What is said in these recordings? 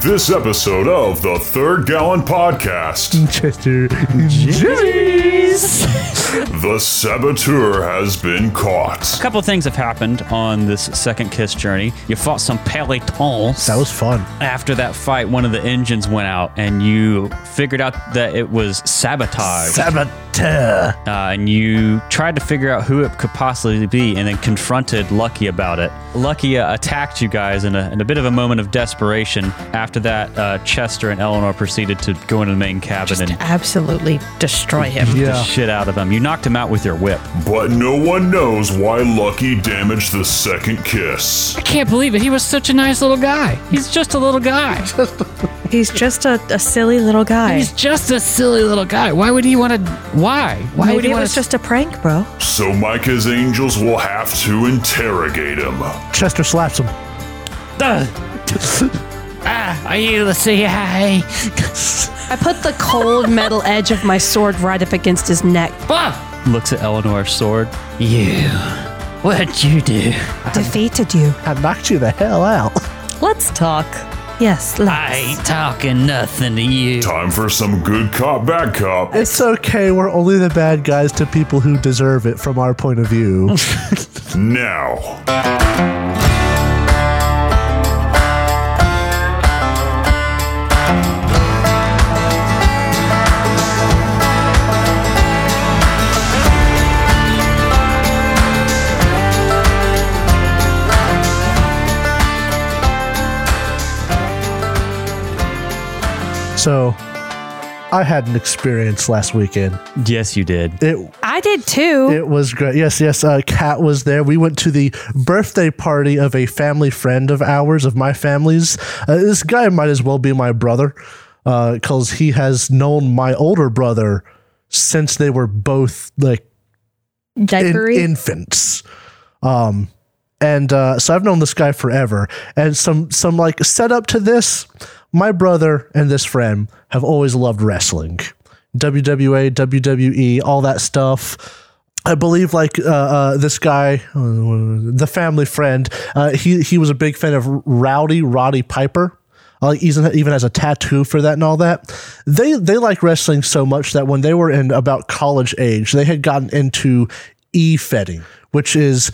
This episode of the Third Gallon Podcast, Chester Jimmies. the saboteur has been caught. couple things have happened on this second kiss journey. You fought some pelotons. That was fun. After that fight, one of the engines went out, and you figured out that it was sabotage. Saboteur. uh, and you tried to figure out who it could possibly be, and then confronted Lucky about it. Lucky uh, attacked you guys in a, in a bit of a moment of desperation. After that, uh, Chester and Eleanor proceeded to go into the main cabin and absolutely destroy him. the Yeah. shit out of him. You knocked him out with your whip. But no one knows why Lucky damaged the second kiss. I can't believe it. He was such a nice little guy. He's just a little guy. He's just a, a silly little guy. He's just a silly little guy. Why would he want to? Why? Why would Maybe he it want was to? just a prank, bro. So Micah's angels will have to interrogate him. Chester slaps him. ah, are you the CIA? I put the cold metal edge of my sword right up against his neck. Bob, Looks at Eleanor's sword. you. What'd you do? Defeated you. I knocked you the hell out. Let's talk. Yes, I let's. ain't talking nothing to you. Time for some good cop, bad cop. It's okay. We're only the bad guys to people who deserve it from our point of view. Now, so, I had an experience last weekend. Yes, you did. It I did too. it was great. Yes, yes. Uh, Kat was there. We went to the birthday party of a family friend of ours, of my family's. Uh, this guy might as well be my brother, because he has known my older brother since they were both like in- Diapery. infants. Um, and uh, so I've known this guy forever. And some some like setup to this, my brother and this friend have always loved wrestling, WWA, WWE, E, all that stuff. I believe like uh, uh, this guy, uh, the family friend, uh, he he was a big fan of Rowdy Roddy Piper. Uh, Like even even has a tattoo for that and all that. They they like wrestling so much that when they were in about college age, they had gotten into e-fetting, which is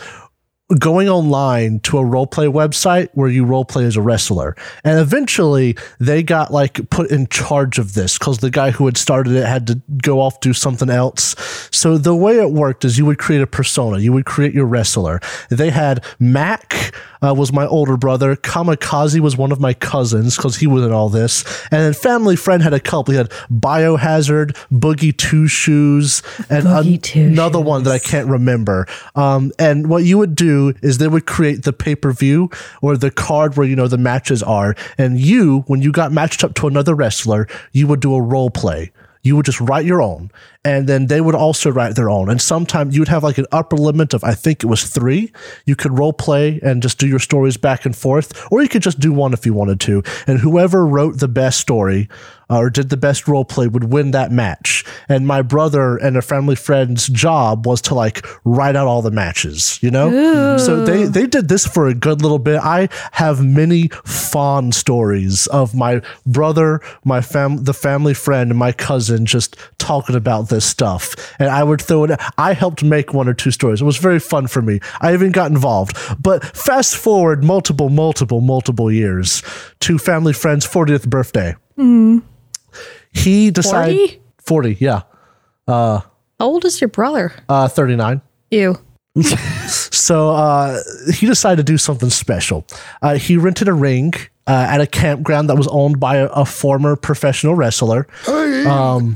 going online to a roleplay website where you roleplay as a wrestler. And eventually they got like put in charge of this because the guy who had started it had to go off do something else. So the way it worked is you would create a persona, you would create your wrestler. They had Mac uh, was my older brother, Kamikaze was one of my cousins because he was in all this. And then family friend had a couple. He had Biohazard, Boogie Two Shoes, and Boogie an- Two another one that I can't remember. Um, and what you would do is they would create the pay per view or the card where you know the matches are, and you, when you got matched up to another wrestler, you would do a role play. You would just write your own, and then they would also write their own. And sometimes you would have like an upper limit of I think it was three. You could role play and just do your stories back and forth, or you could just do one if you wanted to. And whoever wrote the best story uh, or did the best role play would win that match. And my brother and a family friend's job was to like write out all the matches, you know? So they they did this for a good little bit. I have many fond stories of my brother, my fam the family friend, and my cousin just talking about this stuff. And I would throw it I helped make one or two stories. It was very fun for me. I even got involved. But fast forward multiple, multiple, multiple years to family friend's 40th birthday he decided 40? 40? yeah How old is your brother? uh 39 You. so uh he decided to do something special uh he rented a ring uh, at a campground that was owned by a, a former professional wrestler um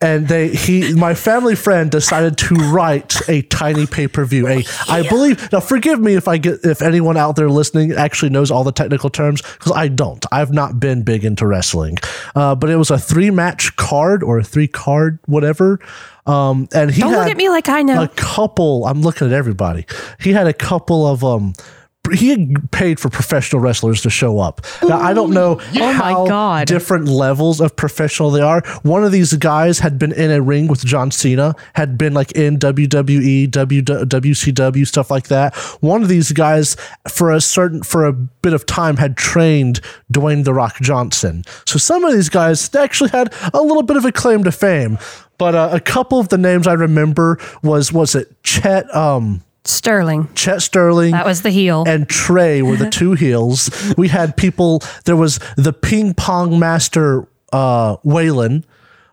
and they he my family friend decided to write a tiny pay-per-view a i believe now forgive me if i get if anyone out there listening actually knows all the technical terms because i don't i've not been big into wrestling uh but it was a three match card or a three card whatever um and he Don't had, look at me like I know. a couple i'm looking at everybody he had a couple of um he paid for professional wrestlers to show up. Now I don't know Oh my how God. different levels of professional they are. One of these guys had been in a ring with John Cena, had been like in WWE, W- WCW stuff like that. One of these guys for a certain for a bit of time had trained Dwayne the Rock Johnson. So some of these guys actually had a little bit of a claim to fame. But uh, a couple of the names I remember was was it Chet um Sterling. Chet Sterling That was the heel. and Trey were the two heels. We had people. There was the ping pong master uh, Waylon.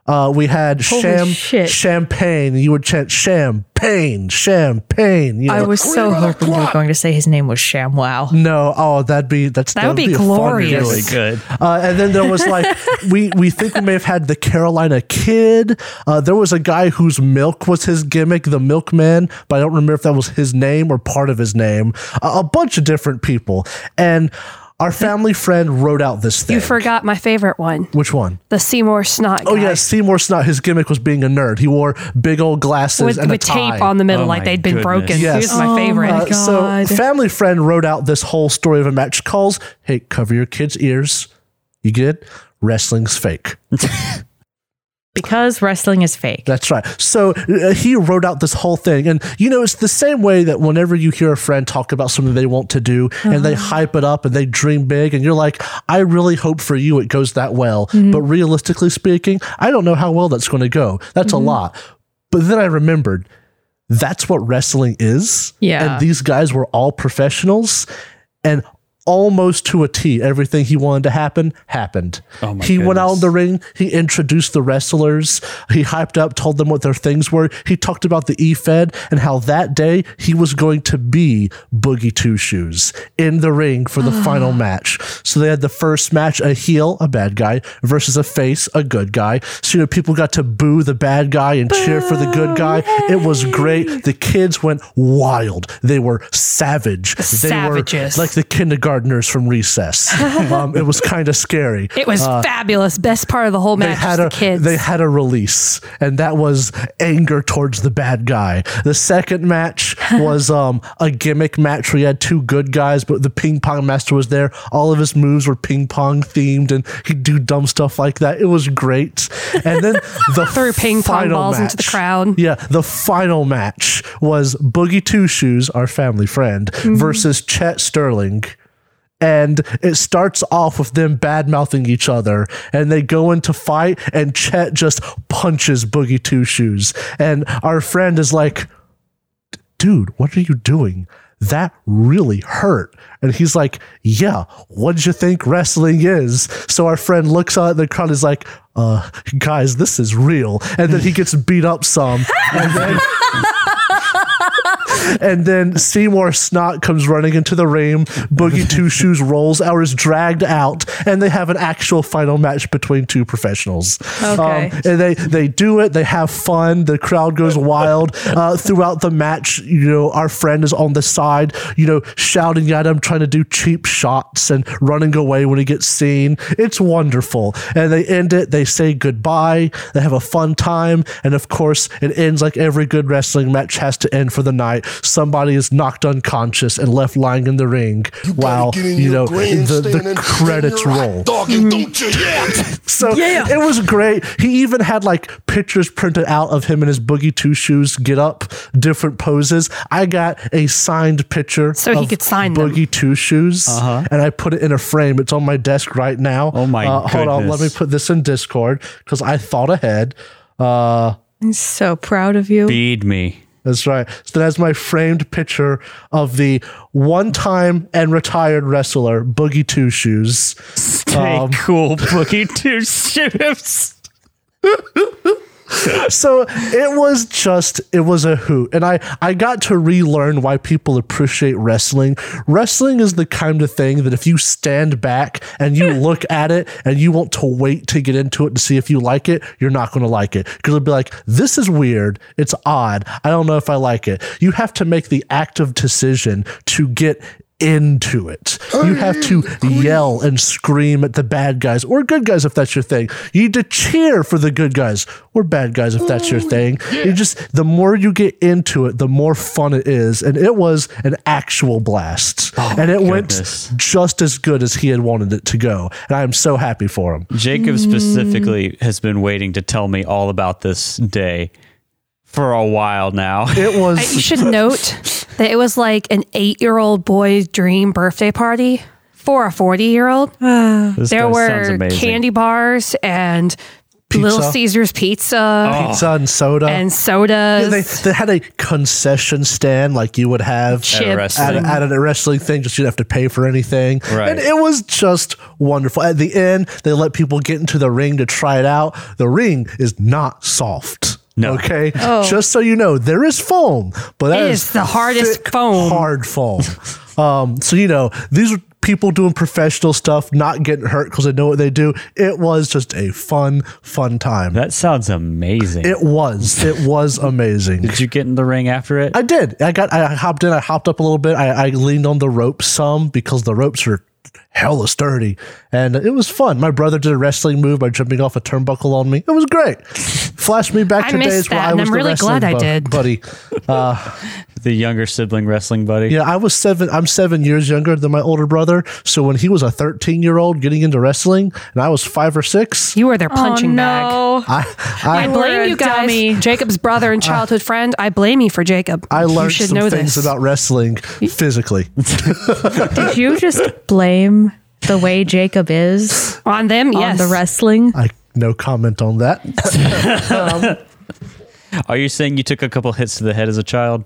Uh, we had Sham shit. Champagne. You would chant Champagne, Champagne. You I know. was so hoping you were going to say his name was Sham. Wow. no. Oh, that'd be that's That would be a fun glorious. feeling. Really good. Uh, and then there was like we we think we may have had the Carolina Kid. Uh, there was a guy whose milk was his gimmick, the Milkman, but I don't remember if that was his name or part of his name. A, a bunch of different people, and our family friend wrote out this thing. you forgot my favorite one, Which one? the Seymour Snot. Oh guy yeah, Seymour Snot. His gimmick was being a nerd. He wore big old glasses with, and a with tie. tape on the middle, Oh like my they'd been goodness. broken. Yes. He was my favorite. Uh, so family friend wrote out this whole story of a match calls hey cover your kids ears you get it wrestling's fake Because wrestling is fake. That's right. So uh, he wrote out this whole thing. And, you know, it's the same way that whenever you hear a friend talk about something they want to do and they hype it up and they dream big, and you're like, I really hope for you it goes that well. But realistically speaking, I don't know how well that's going to go. That's a lot. But then I remembered that's what wrestling is. Yeah. And these guys were all professionals. And almost to a T, everything he wanted to happen happened. Oh my he went out goodness. in the ring. He introduced the wrestlers. He hyped up, told them what their things were. He talked about the E Fed and how that day he was going to be Boogie Two Shoes in the ring for the final match. So they had the first match a heel, a bad guy, versus a face, a good guy. So, you know, people got to boo the bad guy and cheer for the good guy. It was great. The kids went wild. They were savage. Savages. They were like the kindergartners from recess. um, it was kind of scary it was fabulous. Best part of the whole uh, they match had was the a kids. they had a release, and that was anger towards the bad guy. The second match was um, a gimmick match where you had two good guys, but the ping pong master was there. All of his moves were ping pong themed, and he'd do dumb stuff like that. It was great. And then the Threw ping pong final balls into the match- crowd. yeah, the final match was Boogie Two Shoes, our family friend, Mm-hmm. versus Chet Sterling. And it starts off with them bad mouthing each other, and they go into fight, and Chet just punches Boogie Two Shoes. And our friend is like, dude, what are you doing? That really hurt. And he's like, yeah, what'd you think wrestling is? So our friend looks out at the crowd and is like, uh, guys, this is real. And then he gets beat up some. And then, and then Seymour Snot comes running into the ring. Boogie Two Shoes rolls out, is dragged out, and they have an actual final match between two professionals. Um, Okay. and they they do it. They have fun. The crowd goes wild uh, throughout the match. You know, our friend is on the side, you know, shouting at him, trying to do cheap shots and running away when he gets seen. It's wonderful. And they end it. They say goodbye. They have a fun time, and of course, it ends like every good wrestling match has to end for the night. Somebody is knocked unconscious and left lying in the ring while you know the, the credits roll so it was great. He even had like pictures printed out of him in his boogie two shoes, get up, different poses. I got a signed picture. So he of could sign them. boogie two shoes, and I put it in a frame. It's on my desk right now. Uh-huh. Oh my uh, Hold on, let goodness. me put this in Discord because I thought ahead. Uh, I'm so proud of you. Feed me. that's right. So that's my framed picture of the one-time and retired wrestler Boogie Two Shoes. Stay Um, cool, Boogie Two Ships. so it was just it was a hoot and i i got to relearn why people appreciate wrestling wrestling is the kind of thing that if you stand back and you look at it and you want to wait to get into it to see if you like it you're not going to like it because it'll be like this is weird it's odd i don't know if i like it you have to make the active decision to get into it. You have to yell and scream at the bad guys or good guys if that's your thing. You need to cheer for the good guys or bad guys if that's your thing. You just the more you get into it, the more fun it is. And it was an actual blast. and it goodness. went just as good as he had wanted it to go. And I am so happy for him. Jacob Hmm. specifically has been waiting to tell me all about this day for a while now. It I- you was should note that it was like an eight-year-old boy's dream birthday party for a forty-year-old. This There guy sounds were amazing. candy bars and Little Pizza. Caesars pizza pizza and soda. and sodas, they, they had a concession stand like you would have At a chips. at, wrestling. a, at a wrestling thing, just you didn't have to pay for anything. Right. And it was just wonderful. At the end, they let people get into the ring to try it out. The ring is not soft. No. Okay. Just so you know, there is foam, but that Oh. It is is the hardest foam. Hard foam. um, so, you know, these are people doing professional stuff, not getting hurt because they know what they do. It was just a fun, fun time. that sounds amazing. it was. It was amazing. Did you get in the ring after it? I did. I got. I hopped in. I hopped up a little bit. I, I leaned on the ropes some because the ropes are hella sturdy, and it was fun. My brother did a wrestling move by jumping off a turnbuckle on me. It was great. Flashed me back I to missed days where that, I and was I'm the really wrestling glad I bu- did. buddy. the younger sibling wrestling buddy. Yeah, I was seven. I'm seven years younger than my older brother. So when he was a 13 year old getting into wrestling, and I was five or six, you were their punching bag. I I, I You were a blame you guys. dummy. Jacob's brother and childhood friend. I blame you for Jacob. Ah. I you learned should some know things this. about wrestling physically. Did you just blame the way Jacob is on them. Yes, on the wrestling? I no comment on that. Are you saying you took a couple hits to the head as a child?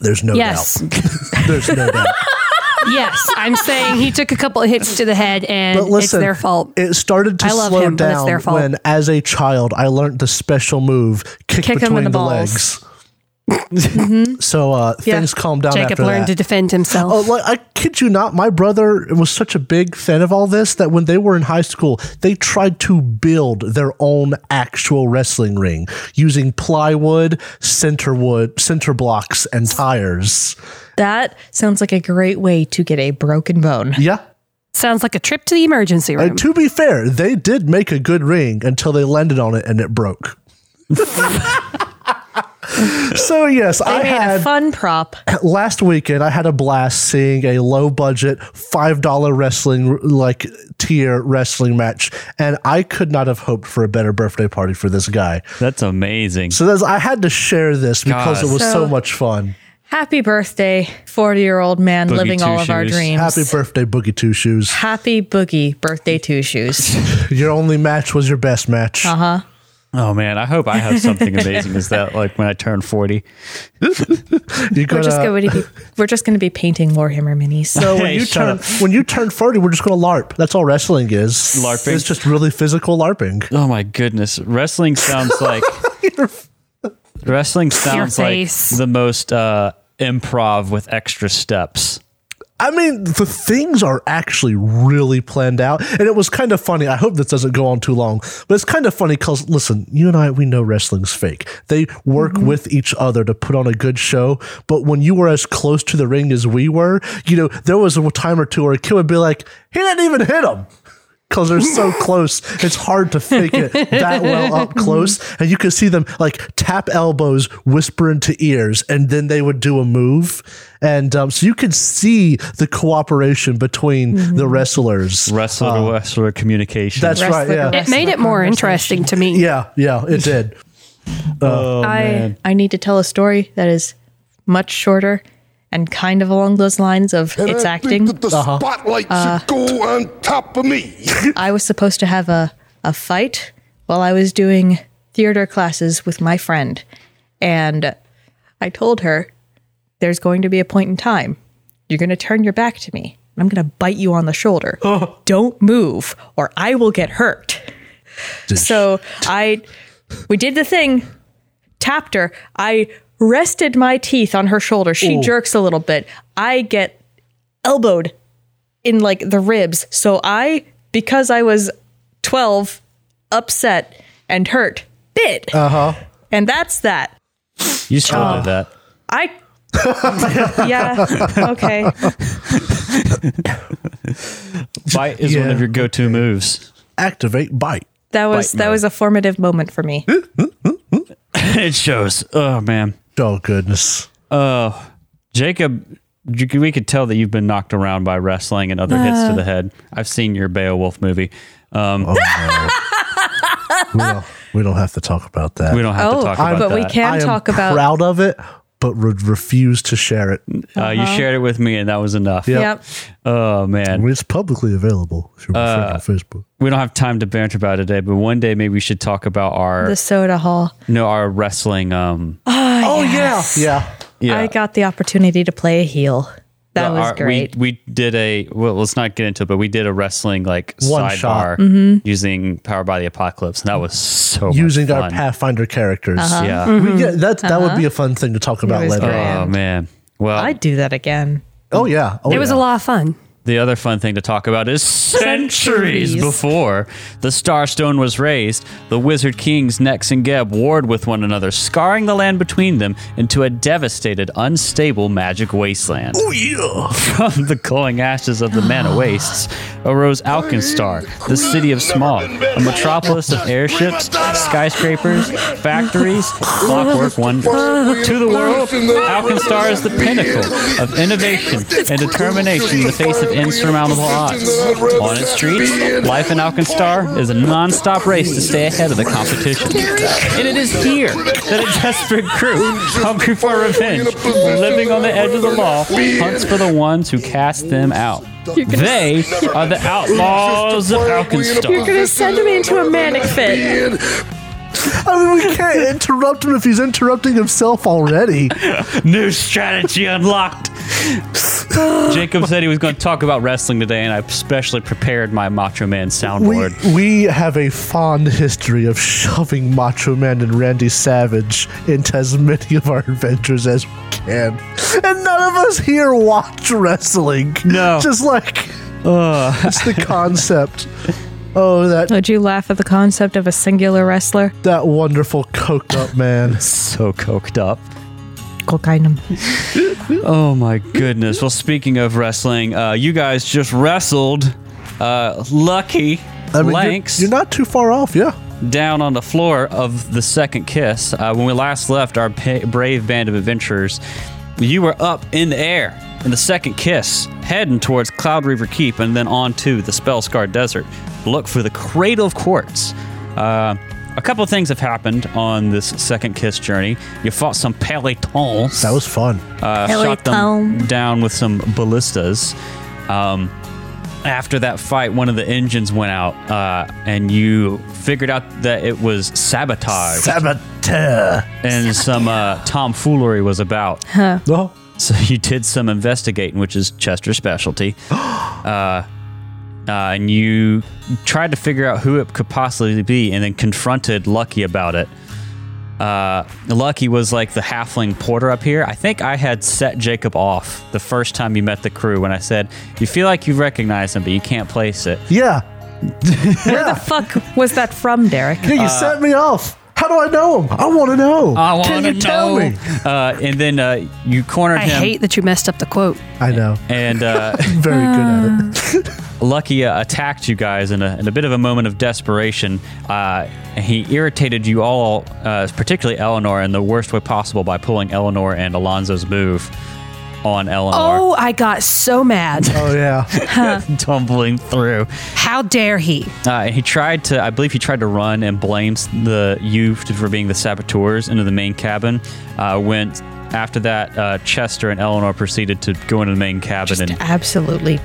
There's no Yes, doubt. There's no doubt. yes. I'm saying he took a couple of hits to the head, and But listen, it's their fault. It started to I love slow him, but down it's their fault. when, as a child, I learned the special move: kick, Kick him between in the the, balls. legs. So uh, things calmed down Mm-hmm. Jacob after learned that. to defend himself. Oh, like, I kid you not, my brother was such a big fan of all this that when they were in high school, they tried to build their own actual wrestling ring using plywood, center wood, center blocks, and tires. That sounds like a great way to get a broken bone. Yeah. Sounds like a trip to the emergency room. And to be fair, they did make a good ring until they landed on it and it broke. so yes, I They made a had fun prop. last weekend I had a blast seeing a low budget $5 wrestling like tier wrestling match and I could not have hoped for a better birthday party for this guy. That's amazing. So that's I had to share this because it was so, So- much fun. Happy birthey, 40 year old man Boogie living Two all of our Shoes. dreams. Happy birthday Boogie Two Shoes. Happy boogie birthday two shoes. Uh-huh. Your only match was your best match. oh man, I hope I have something amazing. Is that like when I turn forty? You We're gotta- just going to be we're just going to be painting Warhammer minis. So when Hey, you shut turn when you turn forty, we're just gonna LARP. That's all wrestling is. LARPing? It's just really physical LARPing. Oh my goodness, wrestling sounds like wrestling sounds like face. the most uh, improv with extra steps. I mean, the things are actually really planned out, and it was kind of funny. I hope this doesn't go on too long, but it's kind of funny because listen, you and I we know wrestling's fake. They work Mm-hmm. with each other to put on a good show, but when you were as close to the ring as we were, you know there was a time or two where a kid would be like, "He didn't even hit him." because they're so close. It's hard to fake it that well up close. And you could see them like tap elbows, whisper into ears, and then they would do a move. And um, so you could see the cooperation between the wrestlers. Wrestler to wrestler communication. That's right. Wrestler to Yeah. wrestler. it made it more Conversation. interesting to me. Yeah. Yeah. It did. Uh, I I need to tell a story that is much shorter and kind of along those lines of it's I acting. Think that the Uh-huh. spotlight should go on top of me. I was supposed to have a, a fight while I was doing theater classes with my friend. And I told her, there's going to be a point in time. You're going to turn your back to me. and I'm going to bite you on the shoulder. Don't move or I will get hurt. So I, we did the thing, tapped her. I rested my teeth on her shoulder. She jerks a little bit. I get elbowed in like the ribs. So I, because I was 12, upset and hurt, bit. Uh Uh-huh. huh. And that's that. you still did that. I. yeah. Okay. Bite is one Yeah. of your go-to moves. Activate bite. That was Bite that mode. was a formative moment for me. it shows. Oh man, Oh goodness. Jacob, you, c- we could tell that you've been knocked around by wrestling and other hits to the head. I've seen your Beowulf movie. Um, We don't, we don't have to talk about that. we don't have Oh, to talk about but we that. can I am talk about. proud of it, but would refuse to share it. Uh, you shared it with me, and that was enough. Yep. Oh man, It's publicly available if you're on Facebook. we don't have time to banter about it today, but one day maybe we should talk about our The soda hall. no our wrestling. Um, Oh yeah, yeah. yeah, I got the opportunity to play a heel. That Uh, was our- great. We, we did a well, let's not get into it, but we did a wrestling like One sidebar shot. Mm-hmm. using Power by the Apocalypse, and that was so Using much our fun. Pathfinder characters. Uh-huh. Yeah. Mm-hmm. We- Mm-hmm. yeah, that that would be a fun thing to talk about was later. great. Oh And- man. Well, I'd do that again. Oh yeah. Oh, It was yeah. a lot of fun. the other fun thing to talk about is centuries, Centuries. before the Starstone was raised, the Wizard Kings Nex and Geb warred with one another, scarring the land between them into a devastated, unstable magic wasteland. Oh yeah. From the glowing ashes of the Mana Wastes arose Alkenstar, the city of smog, a metropolis of airships, skyscrapers, factories, clockwork wonders. To the world, Alkenstar is the pinnacle of innovation and determination in the face of insurmountable odds. On its streets, life in Alkenstar is a non-stop race to stay ahead of the competition. And it is here that a desperate group, hungry for revenge, living on the edge of the law, hunts for the ones who cast them out. They are the outlaws of Alkenstar. gonna send me into a manic fit. I mean, we can't interrupt him if he's interrupting himself already. New strategy unlocked. Jacob said he was going to talk about wrestling today, and I especially prepared my Macho Man We, soundboard. we have a fond history of shoving Macho Man and Randy Savage into as many of our adventures as we can. And none of us here watch wrestling. No. Just like, it's the concept. Oh, that, Would you laugh at the concept of a singular wrestler? that wonderful coked up man. so coked up. Kokainum. Oh my goodness. Well, speaking of wrestling, uh, you guys just wrestled uh, Lucky I mean, you're- Lanks you're not too far off, yeah. down on the floor of the second kiss. Uh, when we last left our pa- brave band of adventurers, you were up in the air in the second kiss, heading towards Cloud Reaver Keep and then on to the Spell Scarred Desert. Look for the Cradle of Quartz. Uh, a couple of things have happened on this second kiss journey. You fought some pelotons That was fun. uh, Ellie shot them Tom. down with some ballistas. Um, after that fight, one of the engines went out, uh, and you figured out that it was sabotage Saboteur. and some uh, tomfoolery was about. No. So you did some investigating, which is Chester's specialty. uh, uh, and you tried to figure out who it could possibly be and then confronted Lucky about it. Uh, Lucky was like the halfling porter up here. I think I had set Jacob off the first time you met the crew when I said, You feel like you recognize him, but you can't place it. Yeah. Fuck, was that from Derek? Yeah, you set me off. How do I know him? I want to know. Uh, wanna Can you tell me? Uh, and then uh, you cornered I him. hate that you messed up the quote. I know. and uh, I'm very good at it. Lucky uh, attacked you guys in a, in a bit of a moment of desperation. Uh, and he irritated you all, uh, particularly Eleanor, in the worst way possible by pulling Eleanor and Alonzo's move on Eleanor, Oh, I got so mad. Oh yeah. tumbling through. How dare he? Uh, and he tried to, I believe he tried to run and blames the you for being the saboteurs into the main cabin. Uh, when after that, uh, Chester and Eleanor proceeded to go into the main cabin and Absolutely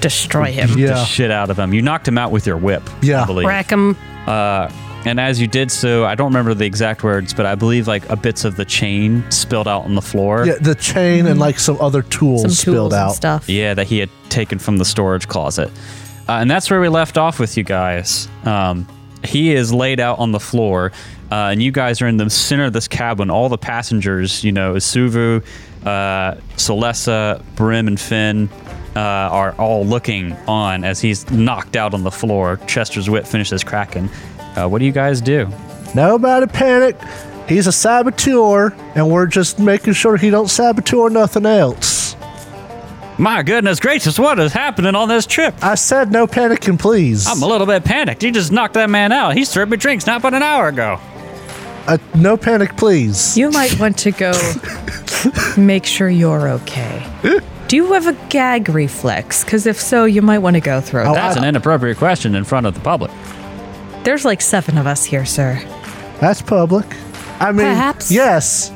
destroy him. beat the Yeah. shit out of him. You knocked him out with your whip. I Yeah. believe. Wreck him. Uh, and as you did so, I don't remember the exact words, but I believe like a bits of the chain spilled out on the floor. Yeah, the chain and like some other tools Some spilled tools out. and stuff. Yeah, that he had taken from the storage closet. Uh, and that's where we left off with you guys. Um, he is laid out on the floor, uh, and you guys are in the center of this cabin. All the passengers, you know, Isuvu, uh, Solessa, Brim, and Finn uh, are all looking on as he's knocked out on the floor. Chester's whip finishes cracking. Uh, what do you guys do? Nobody panic. He's a saboteur, and we're just making sure he don't saboteur nothing else. My goodness gracious, what is happening on this trip? I said no panicking, please. I'm a little bit panicked. You just knocked that man out. He served me drinks not but an hour ago. Uh, no panic, please. You might want to go make sure you're okay. Do you have a gag reflex? Because if so, you might want to go through that. That's an inappropriate question in front of the public. There's like seven of us here, sir. That's public. I mean, Perhaps. yes.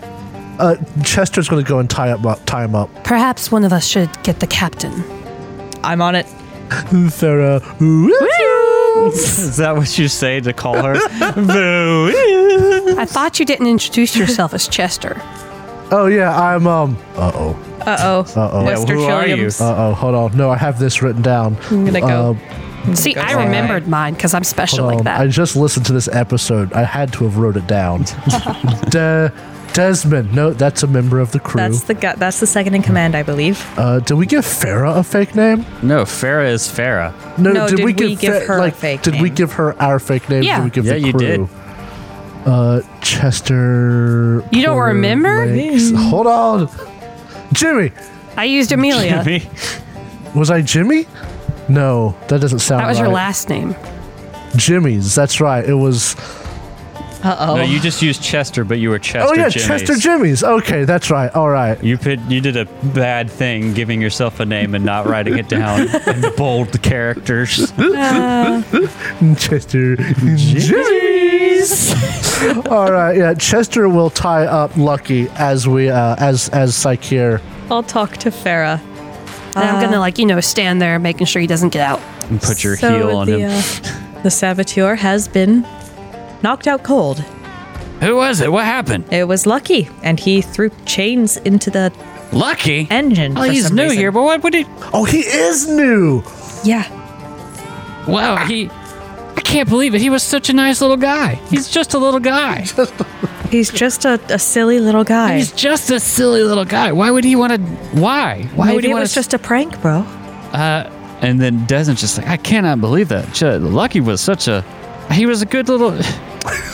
Uh, Chester's going to go and tie up, tie him up. Perhaps one of us should get the captain. I'm on it. Thera, Is that what you say to call her? I thought you didn't introduce yourself as Chester. oh yeah, I'm um. Uh oh. Uh oh. Uh who are you? Uh oh. Hold on. No, I have this written down. I'm gonna go. Um, See, I remembered mine because I'm special Um, like that. I just listened to this episode. I had to have wrote it down. De- Desmond. No, that's a member of the crew. That's the gu- that's the second in command, I believe. uh, did we give Farah a fake name? no, Farah is Farah. No, did we give her a like, fake Did we name? give her our fake name? Yeah. Did we give Yeah, the you crew? did. Uh, Chester. You don't Porter remember? Lakes- Hold on, Jimmy. I used Amelia. Me? Was I Jimmy? No, that doesn't sound. That was right. your last name. Jimmy's. That's right. It was. No, you just used Chester, but you were Oh. Chester. Oh yeah, Jimmy's. Chester Jimmy's. Okay, that's right. All right. You put, you did a bad thing giving yourself a name and not writing it down in the bold characters. Chester Jimmy's. All right. Yeah, Chester will tie up Lucky as we uh, as as Psycheer. I'll talk to Farah. And I'm gonna like you know stand there making sure he doesn't get out. And put your So heel on the, him. uh, the saboteur has been knocked out cold. Who was it? What happened? It was lucky, and he threw chains into the Lucky. engine. Well, Oh, for Oh, he's some new reason. here, but what would he? Oh, he is new. Yeah, Wow, he. I can't believe it. He was such a nice little guy. He's just a little guy. he's just a, a silly little guy. He's just a silly little guy. Why would he want to? Why? Why would Maybe he it want was just a prank, bro. Uh, and then Desmond's just like, I cannot believe that. Ch- Lucky was such a. He was a good little. uh,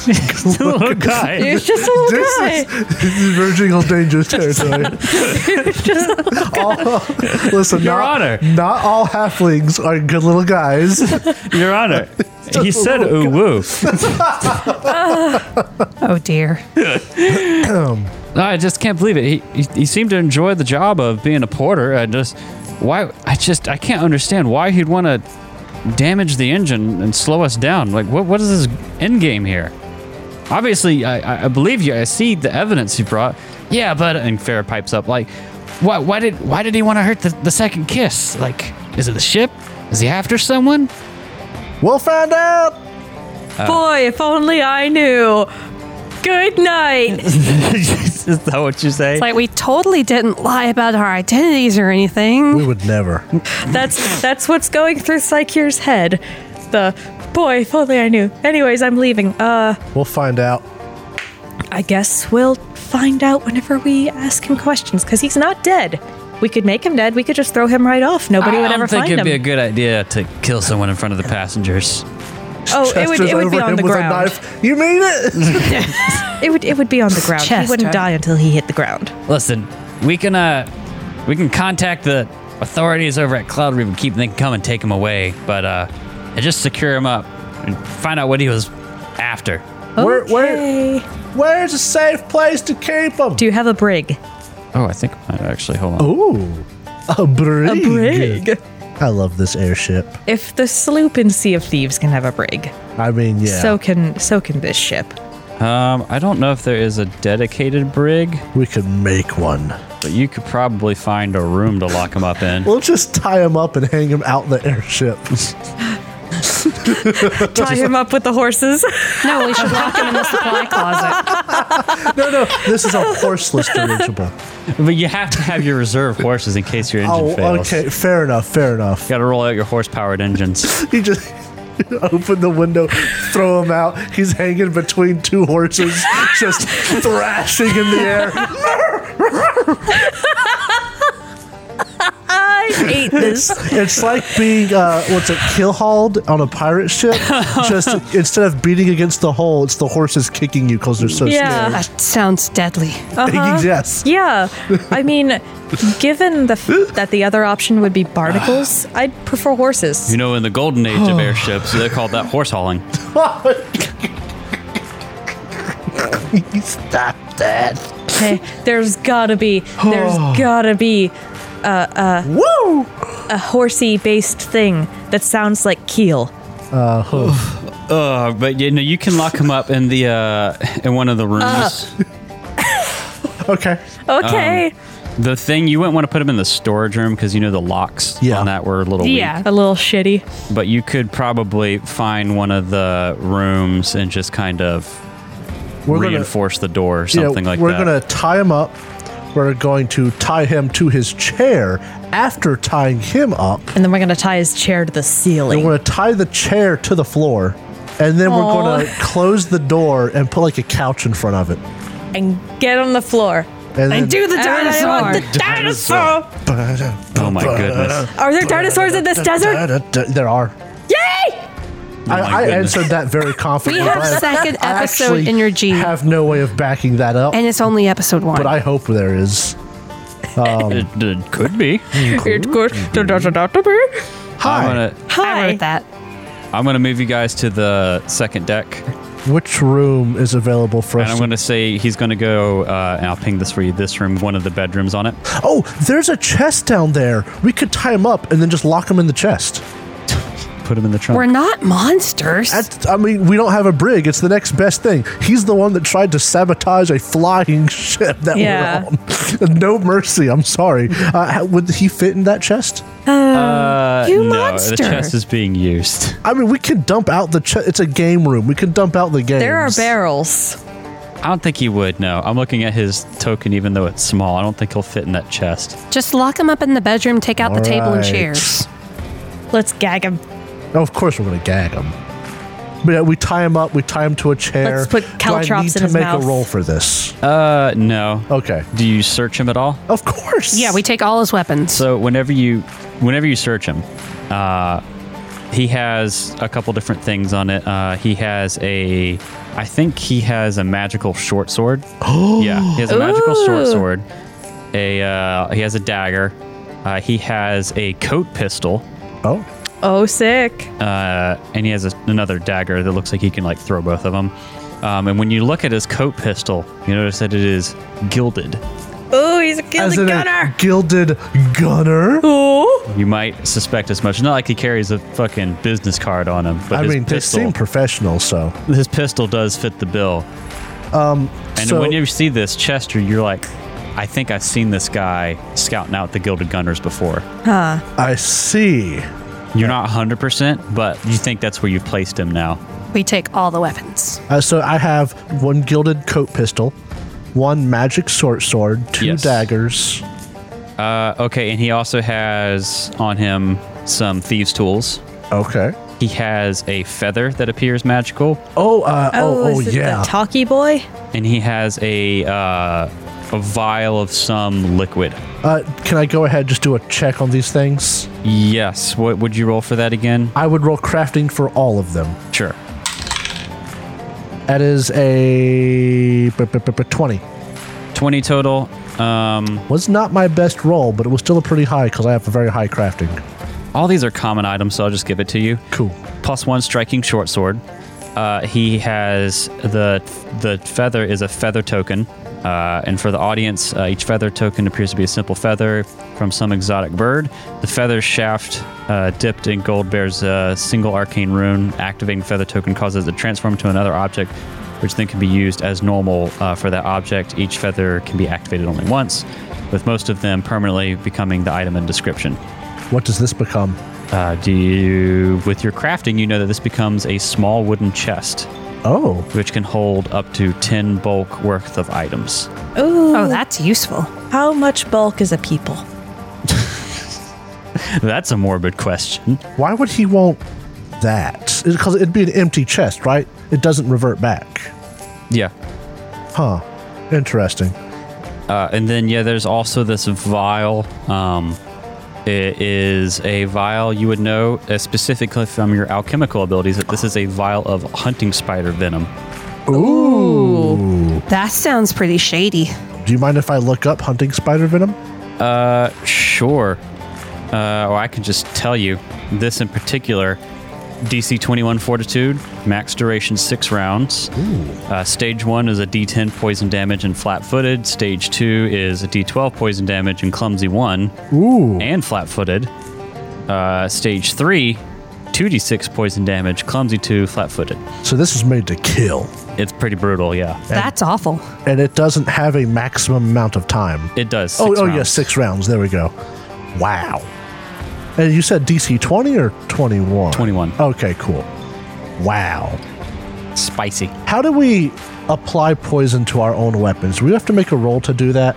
little guy. He's just a little This is, this is verging on dangerous territory. all, listen, Your not, Honor. not all halflings are good little guys. Your Honor, he said ooh woo. Oh dear. No, I just can't believe it. He, he he seemed to enjoy the job of being a porter. I just why I just I can't understand why he'd want to damage the engine and slow us down. Like what what is his end game here? Obviously, I- I I believe you. I see the evidence you brought. Yeah, but and Farrah pipes up like, why why did why did he want to hurt the, the second kiss? Like, is it the ship? Is he after someone? We'll find out. Boy, if only I knew. Good night. is that what you say? It's like we totally didn't lie about our identities or anything. We would never. that's that's what's going through Psycheer's head. The boy, if only I knew. Anyways, I'm leaving. Uh, We'll find out. I guess we'll find out whenever we ask him questions because he's not dead. We could make him dead. We could just throw him right off. Nobody would I ever don't think find it'd him. be a good idea to kill someone in front of the passengers. oh, it would, Chester's it would be over on him the with a ground. knife. You mean it? It would it would be on the ground. He Chester. wouldn't die until he hit the ground. Listen, we can uh, we can contact the authorities over at Cloud Reef and keep they can come and take him away, but uh, and just secure him up and find out what he was after. Where, where, Okay. where's a safe place to keep him? Do you have a brig? Oh, I think I might actually hold on. Oh. Ooh, a brig. A brig. I love this airship. If the sloop in Sea of Thieves can have a brig, I mean, yeah. so can so can this ship. Um, I don't know if there is a dedicated brig, we could make one. but you could probably find a room to lock him up in. We'll just tie him up and hang him out the airship. Tie him up with the horses. No, we should lock him in the supply closet. no, no, this is a horseless dirigible. but you have to have your reserve horses in case your engine Oh, fails. okay, fair enough, fair enough. Got to roll out your horse-powered engines. You just open the window, throw him out. He's hanging between two horses, just thrashing in the air. I hate this. It's like being uh, what's it, kill hauled on a pirate ship. Just instead of beating against the hull, it's the horses kicking you because they're so Yeah. scared. That sounds deadly. yes. Yeah, I mean, given the f- that the other option would be barnacles, I'd prefer horses. You know, in the golden age Oh. of airships, they called that horse hauling. Stop that. Okay, there's gotta be, there's gotta be Woo! a horsey-based thing that sounds like keel. Uh, but you know, you can lock him up in the uh, in one of the rooms. Okay. Okay, The thing you wouldn't want to put him in the storage room because you know the locks Yeah. on that were a little Yeah. a little shitty. weak. But you could probably find one of the rooms and just kind of We're gonna reinforce the door or yeah, something like we're that. gonna tie him up. We're going to tie him to his chair. After tying him up, And then we're gonna tie his chair to the we're ceiling. going to tie the chair to the floor, and then we're Aw. going to close the door and put like a couch in front of it. and get on the floor. And then, Oh, I do the I want dinosaur. the dinosaur. oh my goodness! Are there dinosaurs in this desert? There are. Yay! Oh I, my I goodness. answered that very confidently. We have but I- second I episode actually energy. Have no way of backing that up, and it's only episode one. but I hope there is. It, it could be. It's good. I'm Hi. gonna I wrote that. I'm gonna move you guys to the second deck. Which room is available for And us? I'm to- going to say he's going to go, uh, and I'll ping this for you. This room, one of the bedrooms on it. oh, there's a chest down there. We could tie him up and then just lock him in the chest. Put him in the trunk. We're not monsters. That's, I mean, we don't have a brig. It's the next best thing. He's the one that tried to sabotage a flying ship that Yeah. we're on. no mercy. I'm sorry. Uh, how- would he fit in that chest? uh, you no, monster. the chest is being used. I mean, we can dump out the chest. It's a game room. We can dump out the games. There are barrels. I don't think he would. No, I'm looking at his token, even though it's small. I don't think he'll fit in that chest. Just lock them up in the bedroom, take out the table and Alright. chairs. Let's gag him. Oh, of course, we're gonna gag him. But yeah, we tie him up. We tie him to a chair. Let's put Do I caltrops need in to his make mouth. a roll for this. Uh, no. Okay. Do you search him at all? Of course. Yeah, we take all his weapons. So whenever you, whenever you search him, uh, he has a couple different things on it. Uh, he has a, I think he has a magical short sword. yeah, he has a magical short Ooh. sword. A uh, he has a dagger. Uh, he has a coat pistol, Oh. Oh, sick. uh, and he has a, another dagger that looks like he can like throw both of them. Um, and when you look at his coat pistol, you notice that it is gilded. Oh, he's a As gilded in a gunner. gilded gunner. Ooh. You might suspect as much. Not like he carries a fucking business card on him, but I his mean, they pistol. seem professional, so. his pistol does fit the bill. and Um, so- when you see this, Chester, you're like, I think I've seen this guy scouting out the Gilded Gunners before. I see. You're not 100%, but you think that's where you've placed him now. we take all the weapons. Uh, so I have one gilded coat pistol, one magic short sword, two Yes. daggers. Uh, okay, and he also has on him some thieves' tools. Okay. He has a feather that appears magical, Oh, uh, Oh, oh, oh is it yeah. the talkie boy? and he has a uh, a vial of some liquid. uh, can I go ahead and just do a check on these things? Yes. What would you roll for that again? I would roll crafting for all of them. Sure. That is a b- b- b- 20. 20 total. Um, Was not my best roll, but it was still a pretty high because I have a very high crafting. all these are common items, so I'll just give it to you. Cool. Plus one striking short sword. Uh, he has the the feather is a feather token, uh, and for the audience, uh, each feather token appears to be a simple feather from some exotic bird. The feather shaft uh, dipped in gold bears a single arcane rune. Activating feather token causes it to transform to another object, which then can be used as normal uh, for that object. Each feather can be activated only once, with most of them permanently becoming the item in description. What does this become? Uh, do you, with your crafting, you know that this becomes a small wooden chest, Oh, which can hold up to 10 bulk worth of items. Ooh. Oh, that's useful. How much bulk is a people? That's a morbid question. why would he want that? Because it'd be an empty chest, right? It doesn't revert back. Yeah. Huh. Interesting. Uh, and then, yeah, there's also this vial. Um, It is a vial you would know uh, specifically from your alchemical abilities that this is a vial of hunting spider venom. That sounds pretty shady. Do you mind if I look up hunting spider venom? Sure. Uh, or I can just tell you this in particular DC 21 Fortitude, max duration six rounds. Uh, stage one is a D10 poison damage and flat footed. Stage two is a D12 poison damage and clumsy one and flat footed. Uh, stage three, 2d6 poison damage, clumsy two, flat footed. So this is made to kill, It's pretty brutal, yeah. That's awful. and it doesn't have a maximum amount of time. It does. oh, six oh yeah, rounds. six rounds. There we go. Wow. And you said DC twenty or twenty one? 21. Okay, cool. Wow. Spicy. How do we apply poison to our own weapons? Do we have to make a roll to do that?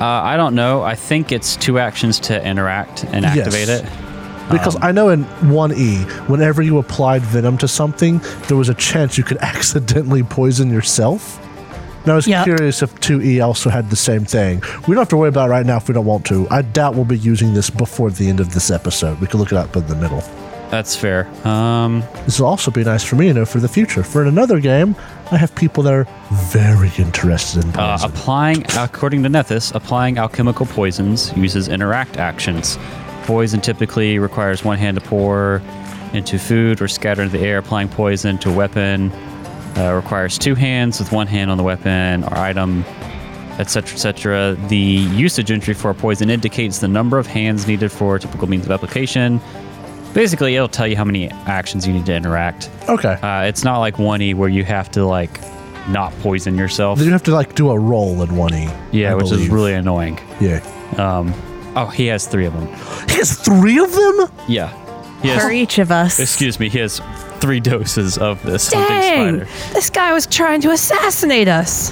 Uh, I don't know. I think it's two actions to interact and Yes. activate it. Um, Because I know in 1E, whenever you applied venom to something, there was a chance you could accidentally poison yourself. And I was Yep. curious if 2E also had the same thing. We don't have to worry about it right now if we don't want to. I doubt we'll be using this before the end of this episode. We could look it up in the middle. That's fair. Um, This will also be nice for me to know for the future. For in another game, I have people that are very interested in uh, poison. applying, according to Nethys, applying alchemical poisons uses interact actions. Poison typically requires one hand to pour into food or scatter into the air. Applying poison to a weapon uh, requires two hands, with one hand on the weapon or item, etc., etc. The usage entry for a poison indicates the number of hands needed for a typical means of application. Basically, it'll tell you how many actions you need to interact. okay. Uh, it's not like 1E where you have to like not poison yourself. Then you have to like do a roll in 1E. Yeah, I which is believe. really annoying. Yeah. Oh, he has three of them. He has three of them? Yeah. He has, For each of us. excuse me, he has three doses of this Dang! hunting spider. This guy was trying to assassinate us.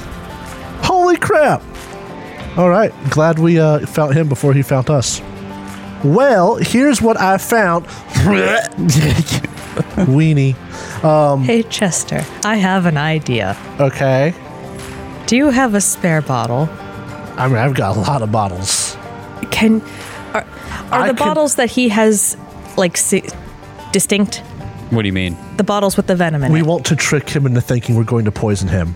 Holy crap! All right, glad we uh, found him before he found us. Well, here's what I found. Weenie. Hey, Chester, I have an idea. Okay. Do you have a spare bottle? I mean, I've got a lot of bottles. Can are, are I the could- bottles that he has like si- distinct? What do you mean? The bottles with the venom in We it. want to trick him into thinking we're going to poison him.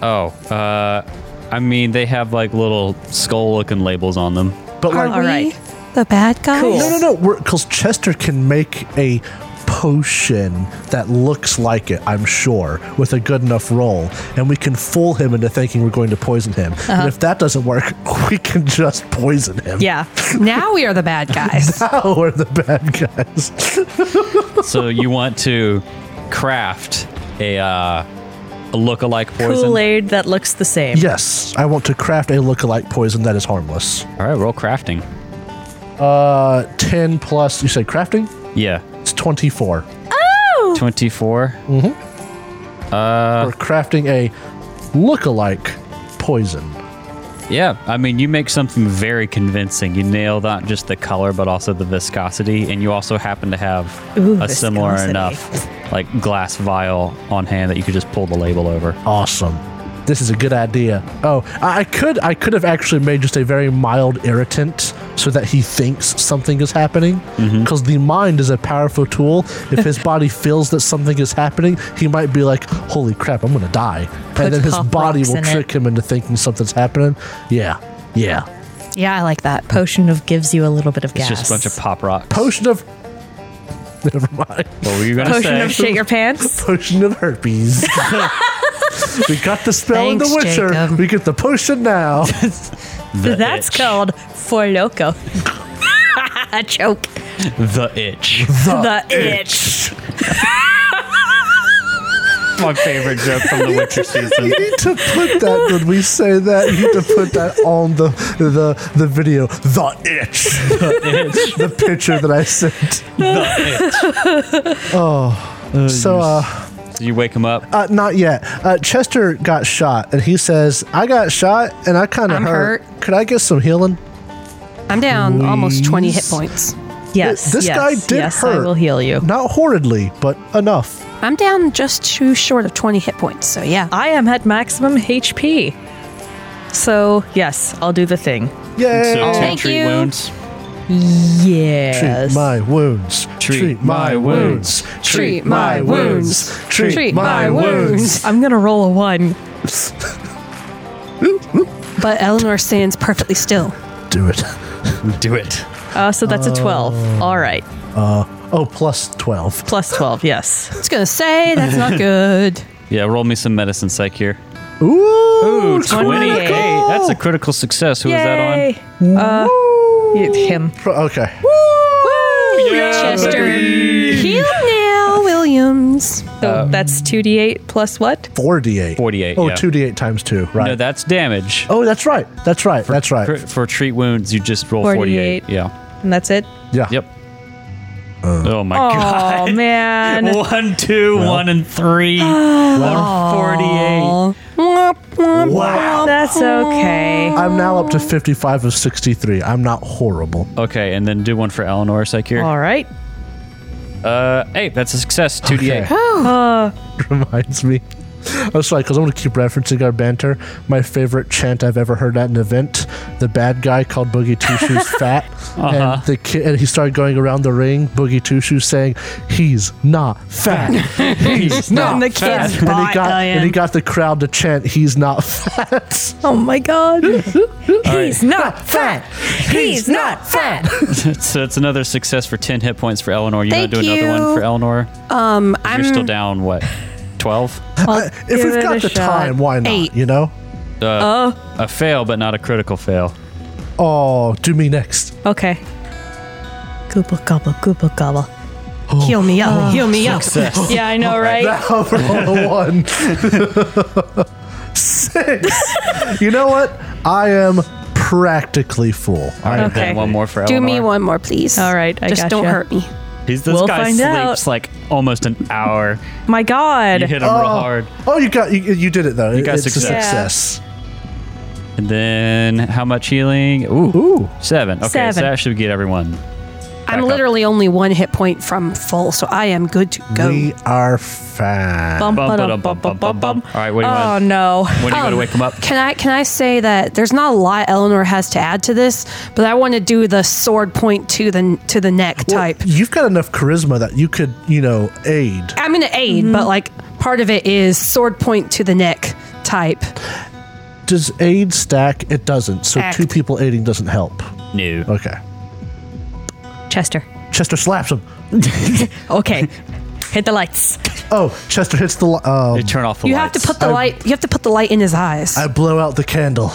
Oh, uh, I mean, they have like little skull looking labels on them. But like, Are we right. the bad guys? Cool. no, no, no. We're because Chester can make a potion that looks like it. I'm sure with a good enough roll, and we can fool him into thinking we're going to poison him. And if that doesn't work, we can just poison him. Yeah. Now we are the bad guys. Oh, we're the bad guys. so you want to craft a, uh, a look-alike poison? Kool Aid that looks the same. Yes, I want to craft a look-alike poison that is harmless. All right, roll crafting. Uh, 10 plus, you said crafting? Yeah, It's 24. 24. We're crafting a look-alike poison. Yeah, I mean, you make something very convincing. You nail not just the color, but also the viscosity, and you also happen to have Ooh, a similar viscosity. enough, like glass vial on hand that you could just pull the label over. Awesome. This is a good idea. Oh, I I could I could have actually made just a very mild irritant so that he thinks something is happening because the mind is a powerful tool. If his body feels that something is happening, he might be like, "Holy crap, I'm going to die." Put and then his cough body drops will in it. trick him into thinking something's happening. Yeah. Yeah. yeah, I like that. Potion of gives you a little bit of gas. It's just a bunch of pop rocks. Potion of. Never mind. What were you gonna Potion say? of shit your pants. Potion of herpes. we got the spell in The Thanks, Witcher. Jacob. We get the potion now. The That's itch. called for loco. A joke. the itch. The, itch. My favorite joke from the Witcher season. You need to put that when we say that. You need to put that on the the the video. The itch. The, picture that I sent. Oh. so uh Did you wake him up? Uh, not yet. Uh, Chester got shot, and he says, "I got shot, and I kind of I'm hurt. hurt. Could I get some healing?" I'm down almost 20 hit points. Yes. This yes, guy did yes, hurt. I will heal you. Not horridly, but enough. I'm down just too short of 20 hit points, so yeah. I am at maximum HP. So, yes, I'll do the thing. Yay! So two Thank treat you. wounds. Yes. Treat my wounds. Treat my wounds. Treat my wounds. Treat my wounds. I'm gonna roll a one. But Eleanor stands perfectly still. Do it. Do it. Uh, so that's a 12. All right. Oh, plus 12. Plus 12, yes. I was gonna say that's not good. Yeah, roll me some medicine psych here. Ooh, Ooh, 28. That's a critical success. Who is that on? Yay. Uh, it's him. Pro- Okay. Chester, heal now, Williams. So that's 2d8 plus what? 4d8. 48, Oh, yeah. 2d8 times 2. Right. No, that's damage. oh, that's right. That's right. That's right. For, for treat wounds, you just roll 48. 48. Yeah. And that's it? yeah. Yep. oh my god. Oh, man. One, two, one, and three. Ah. Forty-eight. Womp, womp. Wow. That's okay. I'm now up to 55 of 63. I'm not horrible. Okay, and then do one for Eleanor Secure. All right. Uh, hey, that's a success. Two D Oh, eight. Reminds me. I'm sorry, because I'm going to keep referencing our banter. My favorite chant I've ever heard at an event the bad guy called Boogie Two Shoes fat. And, the ki- and he started going around the ring, Boogie Two Shoes saying, He's not fat. He's not And the fat." kids And he, bought got, Diane. and he got the crowd to chant, He's not fat. Oh, my God. He's not fat. He's not fat. so it's another success for ten hit points for Eleanor. You want to Thank do another you. one for Eleanor? Um, I'm You're still down. What? Twelve. if Give we've it got a the shot. time, why not? Eight. You know? Uh, Oh. A fail, but not a critical fail. Oh, do me next. Okay. Gooba gobble, gooba gobble. Oh. heal me up. heal me up. Yeah, I know, right? Now roll a one. Six. you know what? I am practically full. All right, Okay. then one more for Do Eleanor. me one more, please. All right, I just don't gotcha. hurt me. He's this We'll guy find sleeps out. like almost an hour. My You God. hit him real hard. Oh, you got you, you did it though. You got it's success. a Yeah. success. And then how much healing? Ooh, Ooh. seven. Okay, so Seven. that should get everyone. I'm up. literally only one hit point from full, so I am good to go. We are fine. Bum, Bum, ba-dum, ba-dum, bum, bum, bum, bum, bum. All right, what do you Oh, want? no. When are you going to Um, wake him up? Can I can I say that there's not a lot Eleanor has to add to this, but I want to do the sword point to the to the neck type. You've got enough charisma that you could, you know, aid. I'm gonna aid, but Mm-hmm. like part of it is sword point to the neck type. Does aid stack? It doesn't. So Act. two people aiding doesn't help. No. Okay. Chester. Chester slaps him. Okay. Hit the lights. Oh, Chester hits the. Li- um, You turn off the You lights. have to put the light. You have to put the light in his eyes. I blow out the candle.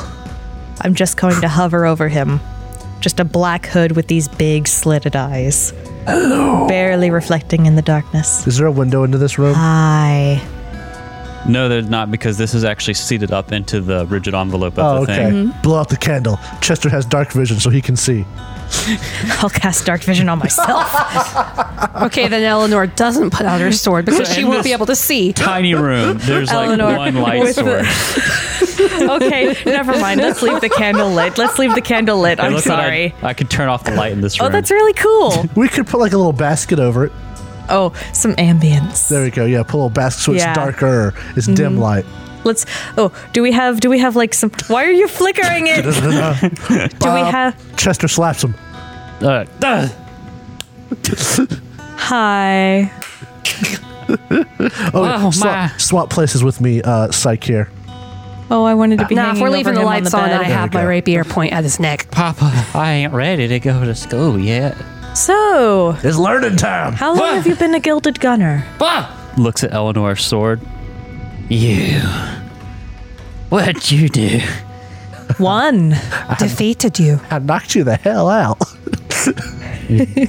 I'm just going to hover over him. Just a black hood with these big slitted eyes. Barely reflecting in the darkness. Is there a window into this room? I. No, there's not because this is actually seated up into the rigid envelope of Oh, the okay. thing. Blow out the candle. Chester has dark vision, so he can see. I'll cast dark vision on myself. okay, then Eleanor doesn't put out her sword because she won't be able to see. Tiny room. There's like Eleanor, one light with source. okay, never mind. Let's leave the candle lit. Let's leave the candle lit. It I'm looks like I- sorry. I, could turn off the light in this room. Oh, that's really cool. We could put like a little basket over it. Oh, some ambience. There we go. Yeah, put a little basket so Yeah. it's darker. It's dim light. Let's. Oh, do we have? Do we have like some? Why are you flickering it? do we have? Chester slaps him. Uh, uh, Hi. Oh, Oh, my. swap, swap places with me, uh, Psyche here. Oh, I wanted to be. Now, if hanging we're over leaving the him on lights on, bed. I have we my go. rapier point at his neck. Papa, I ain't ready to go to school yet. So, It's learning time. how long have you been a gilded gunner? looks at Eleanor's sword. You. What'd you do? One. Defeated you. I knocked you the hell out.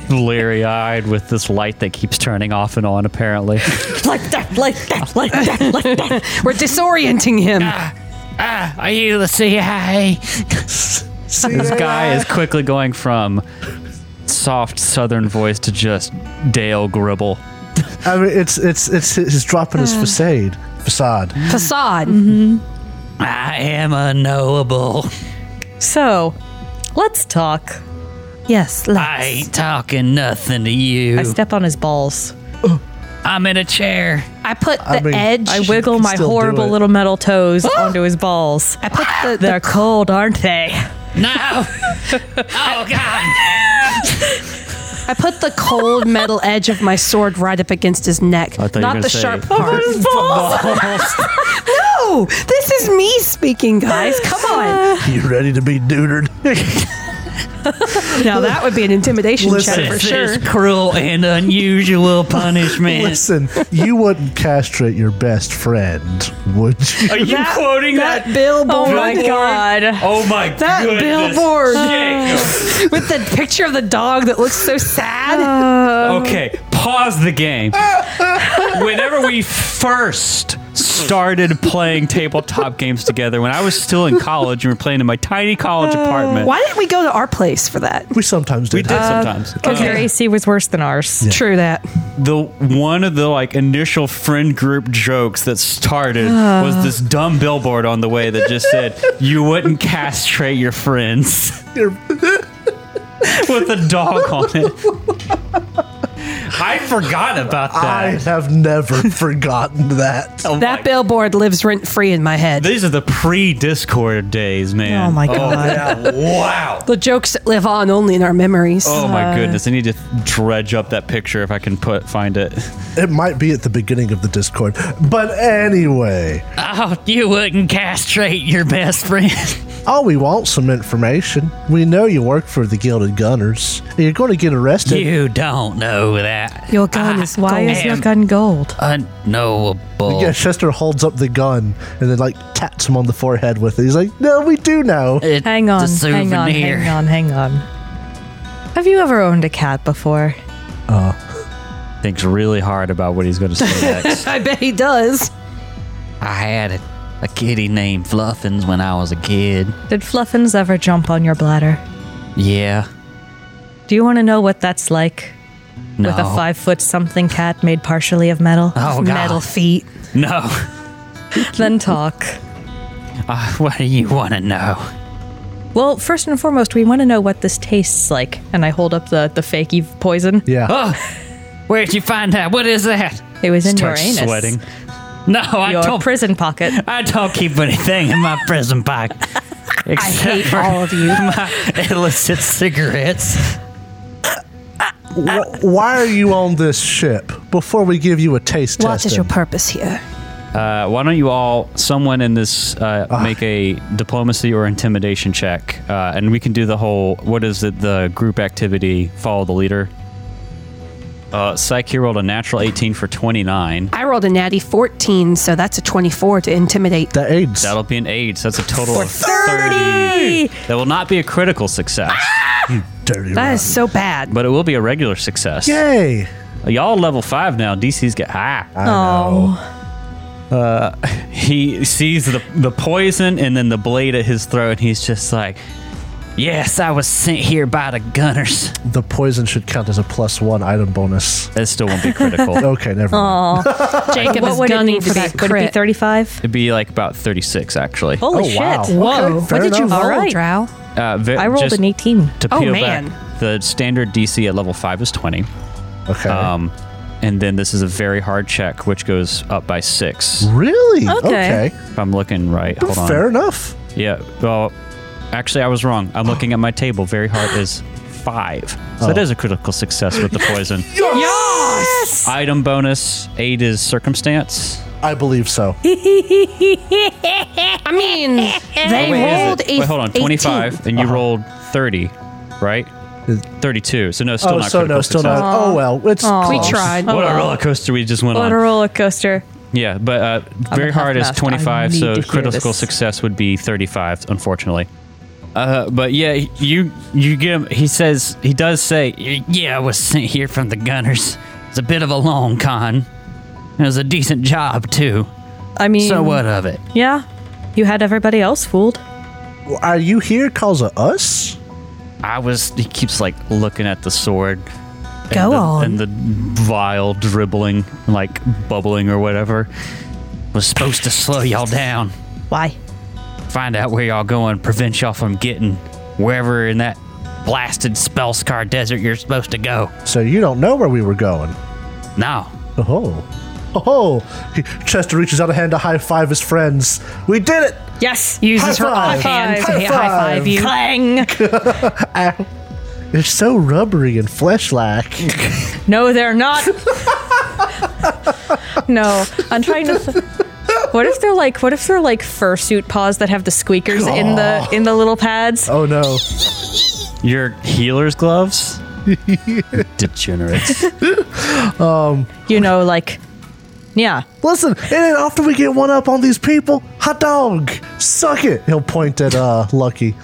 Bleary eyed with this light that keeps turning off and on, apparently. like that, like that, like that, like that. We're disorienting him. Ah, are you the CIA? This guy is quickly going from soft southern voice to just Dale Gribble. I mean, it's it's it's he's dropping his facade. Facade. Facade. I am unknowable. So, let's talk. Yes. Let's. I ain't talking nothing to you. I step on his balls. I'm in a chair. I put the I mean- edge. I I, wiggle can my still do horrible it. little metal toes onto his balls. put the, the They're cold, aren't they? No. oh God. I put the cold metal edge of my sword right up against his neck, I thought you were not gonna the say- sharp part. no, this is me speaking, guys. Come on. You ready to be neutered? Now that would be an intimidation Listen. check for sure. cruel and unusual punishment. Listen, you wouldn't castrate your best friend, would you? Are you quoting That billboard. Oh my god. Oh my That goodness. billboard. Jacob. With the picture of the dog that looks so sad. okay, pause the game. Whenever we first started playing tabletop games together, when I was still in college and we were playing in my tiny college apartment, Why didn't we go to our place for that? We sometimes do we did that. sometimes. Because your AC Oh. was worse than ours. True that. the one of the like initial friend group jokes that started was this dumb billboard on the way that just said you wouldn't castrate your friends with a dog on it. I forgot about I that. have never forgotten that. Oh That my- billboard lives rent free in my head. These are the pre-Discord days, man. Oh my god. yeah. wow. The jokes that live on only in our memories. Oh my goodness! I need to dredge up that picture if I can put find it. It might be at the beginning of the Discord. But anyway, Oh, you wouldn't castrate your best friend. oh, we want some information. We know you work for the Gilded Gunners. You're going to get arrested. You don't know that. Your gun is Why gold. is your gun gold? Unknowable. Yeah, Chester holds up the gun and then like taps him on the forehead with it. He's like, "No, we do know." Hang on, hang on, souvenir. hang on, hang on. Have you ever owned a cat before? Thinks really hard about what he's going to say next. I bet he does. I had a, a kitty named Fluffins when I was a kid. Did Fluffins ever jump on your bladder? Yeah. Do you want to know what that's like? No. With a five foot something cat made partially of metal? Oh, God. Metal feet. no. Then talk. Uh, what do you want to know? Well, first and foremost, we want to know what this tastes like. And I hold up the, the fake Eve poison. Yeah. Where'd you find that? What is that? It was in your Starts anus. sweating. No, I Your don't. prison pocket. I don't keep anything in my prison pocket. Except hate for all of you. My illicit cigarettes. Wh- why are you on this ship? Before we give you a taste What test. is your purpose here? Uh, why don't you all, someone in this, uh, Ah. make a diplomacy or intimidation check, uh, and we can do the whole. What is it? The group activity. Follow the leader. Uh, Psyche rolled a natural 18 for 29. I rolled a natty 14, so that's a 24 to intimidate. that aids. That'll be an eight. So that's a total of 30. That will not be a critical success, dirty. That is so bad. but it will be a regular success. Yay! Y'all level five now. DC's get high. Oh. he sees the the poison and then the blade at his throat, and he's just like, Yes, I was sent here by the gunners. The poison should count as a plus one item bonus. "That still won't be critical." Okay, never mind. Jacob What would it gunning need to for be? that Would it be crit. 35? It'd be like about thirty six, actually. Holy Oh, shit. wow. Whoa. Okay, fair what did you enough. roll, All right. Drow? Uh, ve- Oh, I rolled just an 18. To Oh, peel man. back, the standard DC at level five is twenty, Okay. um, and then this is a very hard check, which goes up by six. really? okay. If I'm looking right, hold on. Fair enough. Yeah. Well, actually, I was wrong. I'm looking at my table. Very hard is five, so that is a critical success with the poison. Yes! Item bonus eight is circumstance. I believe so. I mean, they Wait, is rolled it- a Wait, hold on. uh-huh. 25, 18. and you rolled 30, right? 32. So no, still oh, not. so no, critical still success. not. Oh well, it's We close. tried. What a roller coaster we just went What a on. roller coaster. Yeah, but uh, very half hard is mast. I 25, need so to hear critical this. success would be 35, unfortunately. Uh, but yeah, you you get him. He says he does say Y- Yeah, I was sent here from the gunners. It's a bit of a long con. It was a decent job, too. I mean, So what of it? Yeah. You had everybody else fooled. Are you here cause of us? I was. He keeps like looking at the sword. Oh, and Go the, on. And the vial dribbling, like bubbling or whatever. Was supposed to slow y'all down. Why? find out where y'all going, prevent y'all from getting wherever in that blasted Spellscar desert you're supposed to go. So you don't know where we were going. No. Oh. Oh. He- Chester reaches out a hand to high five his friends. We did it. Yes. Uses High her five. off hand to High high five you. Clang. They're so rubbery and flesh-like. No, they're not. no, I'm trying to. Th- what if they're like? What if they're like fursuit paws that have the squeakers in the in the little pads? Oh no. Your healer's gloves? Degenerates. You know, like, yeah. Listen, it ain't often we get one up on these people. Hot dog, suck it. He'll point at uh Lucky.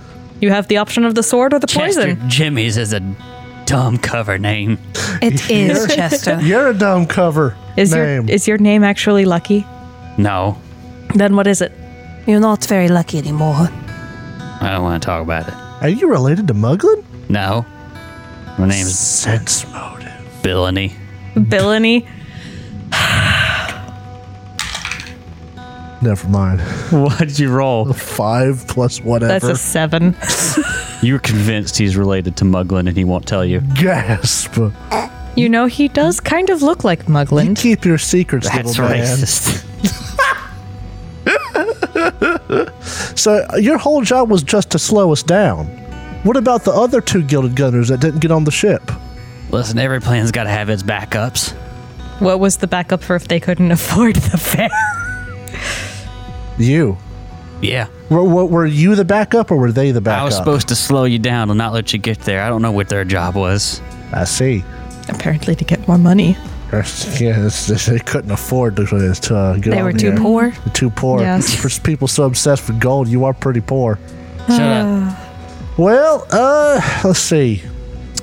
You have the option of the sword or the Chester poison. Jimmy's is a dumb cover name. It is Chester. You're a dumb cover Is name. your is your name actually Lucky? No, Then what is it? You're not very lucky anymore. I don't want to talk about it. Are you related to Muglin? No, my name's Sense motive. Billany. Billany. Never mind. what did you roll? Five plus That's whatever. a seven. You're convinced he's related to Muglin and he won't tell you. gasp. You know, he does kind of look like You Mugland. keep your secrets, little man. So uh, your whole job was just to slow us down. What about the other two gilded gunners that didn't get on the ship? Listen, every plan's got to have its backups. What was the backup for if they couldn't afford the fare? You. Yeah, Were, were, were you the backup or were they the backup? I was supposed to slow you down and not let you get there. I don't know what their job was. I see. Apparently, to get more money. Yeah, this- this- they couldn't afford to, to uh, get They on were too here. poor. Too poor. Yes. For people so obsessed with gold, you are pretty poor. Shut up. Well, uh, let's see.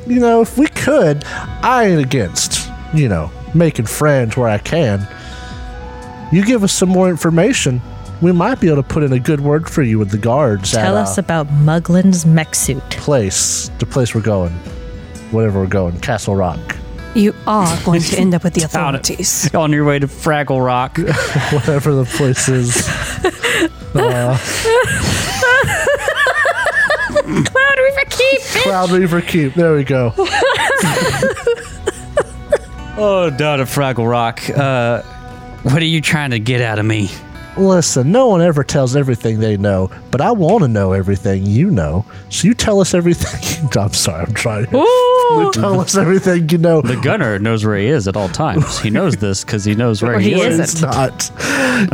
You know, if we could, I ain't against, you know, making friends where I can. You give us some more information, we might be able to put in a good word for you with the guards Tell at us uh, about Mugland's mech suit. place, the place we're going, whatever we're going, Castle Rock. You are going to end up with the authorities. On your way to Fraggle Rock. whatever the place is. Uh, Cloud Reaver Keep! Cloud Reaver Keep. There we go. oh, down to Fraggle Rock. Uh, What are you trying to get out of me? Listen, no one ever tells everything they know, but I want to know everything you know. So you tell us everything. I'm sorry, I'm trying. Ooh! Tell us everything you know. the gunner knows where he is at all times. He knows this because he knows where Or he, he is. It's is. not.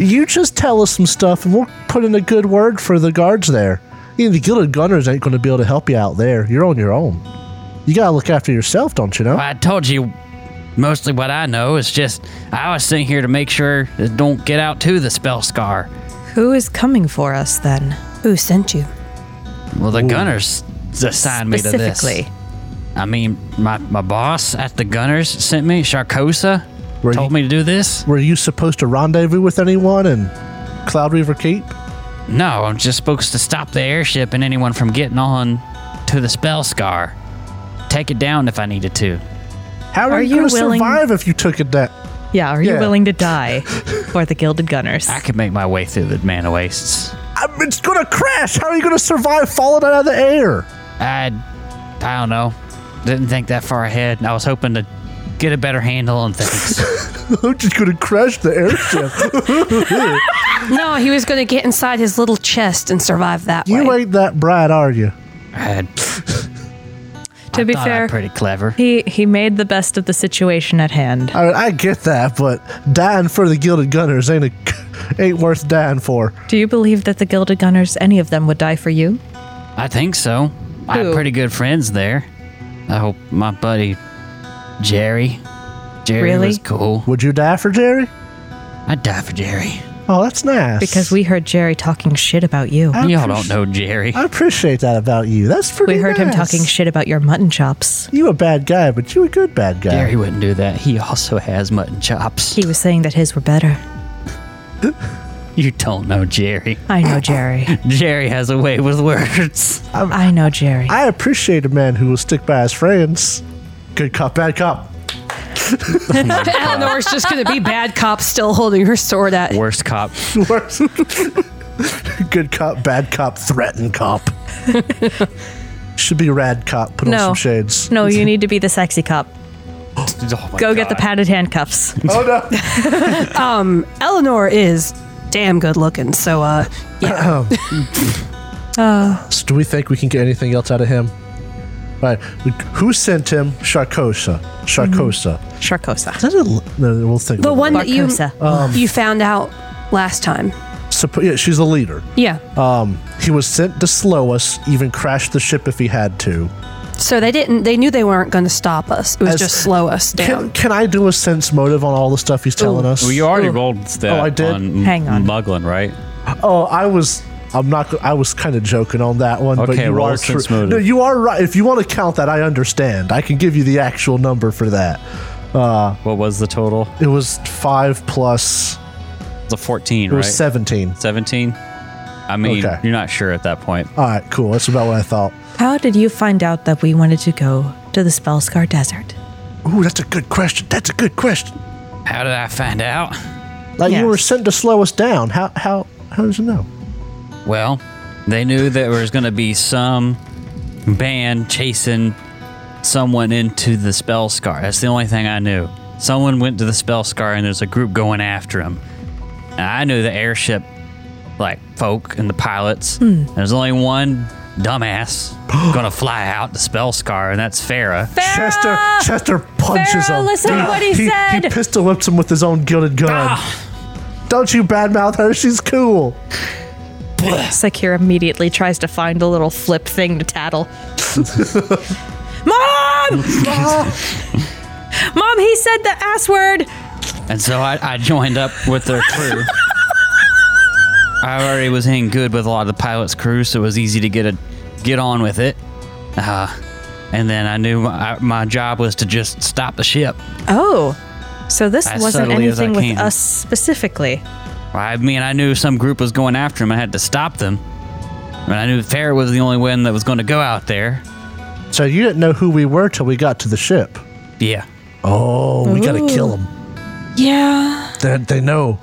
You just tell us some stuff, and we'll put in a good word for the guards there. You know, the Gilded Gunners ain't going to be able to help you out there. You're on your own. You gotta look after yourself, don't you know? I told you mostly what I know. It's just I was sitting here to make sure it don't get out to the spell scar. Who is coming for us then? Who sent you? Well, the gunners assigned me to this. Specifically. I mean, my, my boss at the gunners sent me, Sharkosa, Were told you, me to do this. were you supposed to rendezvous with anyone in Cloud Reaver Keep? No, I'm just supposed to stop the airship and anyone from getting on to the spell scar. Take it down if I needed to. How are, Are you, you going to willing- survive if you took it that? Yeah, are Yeah. you willing to die for the Gilded Gunners? I could make my way through the mana wastes. I'm, it's going to crash. How are you going to survive falling out of the air? I, I don't know. Didn't think that far ahead. and I was hoping to get a better handle on things. I'm just going to crash the airship. No, he was going to get inside his little chest and survive that you way. ain't that bright, are you? I to be thought fair, I'm pretty clever. he, he made the best of the situation at hand. I, I get that, but dying for the Gilded Gunners ain't a, ain't worth dying for. Do you believe that the Gilded Gunners, any of them, would die for you? I think so. I Who? have pretty good friends there. I hope my buddy Jerry. Jerry Really? was cool. Would you die for Jerry? I'd die for Jerry. Oh, that's nice. Because we heard Jerry talking shit about you. I Y'all appreciate- don't know Jerry. I appreciate that about you. That's pretty. We heard him nice. talking shit about your mutton chops. You a bad guy, but you a good bad guy. Jerry wouldn't do that. He also has mutton chops. He was saying that his were better. You don't know Jerry. I know Jerry. Jerry has a way with words. I know Jerry. Um, I appreciate a man who will stick by his friends. Good cop, bad cop. Eleanor's just going to be bad cop still holding her sword at Worst cop. Good cop, bad cop, threaten cop. Should be rad cop. Put on No. some shades. No, you need to be the sexy cop. Oh my Go get the God. padded handcuffs. Oh no. Eleanor is damn good looking, so uh, yeah. So do we think we can get anything else out of him? Right. Who sent him? Sharkosa. Sharkosa. Mm-hmm. Sharkosa. That's a l- no, we'll think. The about one that you Barcosa. Um. you found out last time. it. Suppo- yeah, she's a leader. Yeah. Um, he was sent to slow us, even crash the ship if he had to. So they didn't. They knew they weren't going to stop us. It was As- just slow us down. Can, can I do a sense motive on all the stuff he's telling us? Well, you already rolled that Oh, I did? on M- Hang on. Muglin, right? Oh, I was. I'm not. go- I was kind of joking on that one. but Okay, you roll are true. sense motive. No, you are right. If you want to count that, I understand. I can give you the actual number for that. What was the total? It was five plus. It's a 14, It right? was seventeen. 17? I mean, Okay. you're not sure at that point. All right, cool. That's about what I thought. How did you find out that we wanted to go to the Spellscar Desert? Ooh, that's a good question. That's a good question. How did I find out? Like Yes. you were sent to slow us down. How how how does it know? Well, they knew there was going to be some band chasing someone into the spell scar. That's the only thing I knew. Someone went to the spell scar and there's a group going after him. And I knew the airship, like folk and the pilots. There's only one dumbass going to fly out the spell scar, and that's Farah. Chester Chester punches Pharaoh, him. listen to Dude, what he said. Ah. He pistol whips him with his own gilded gun. Don't you badmouth her. She's cool. Sakir immediately tries to find the little flip thing to tattle. Mom! Mom, he said the ass word. And so I, I joined up with their crew. I already was in good with a lot of the pilot's crew, so it was easy to get a get on with it. Uh, and then I knew my, my job was to just stop the ship. Oh, so this As wasn't subtly as I anything with can. us specifically. I mean, I knew some group was going after him. I had to stop them. And I knew Farrah was the only one that was going to go out there. So you didn't know who we were till we got to the ship. Yeah. Oh, we gotta kill him. yeah. They, they know.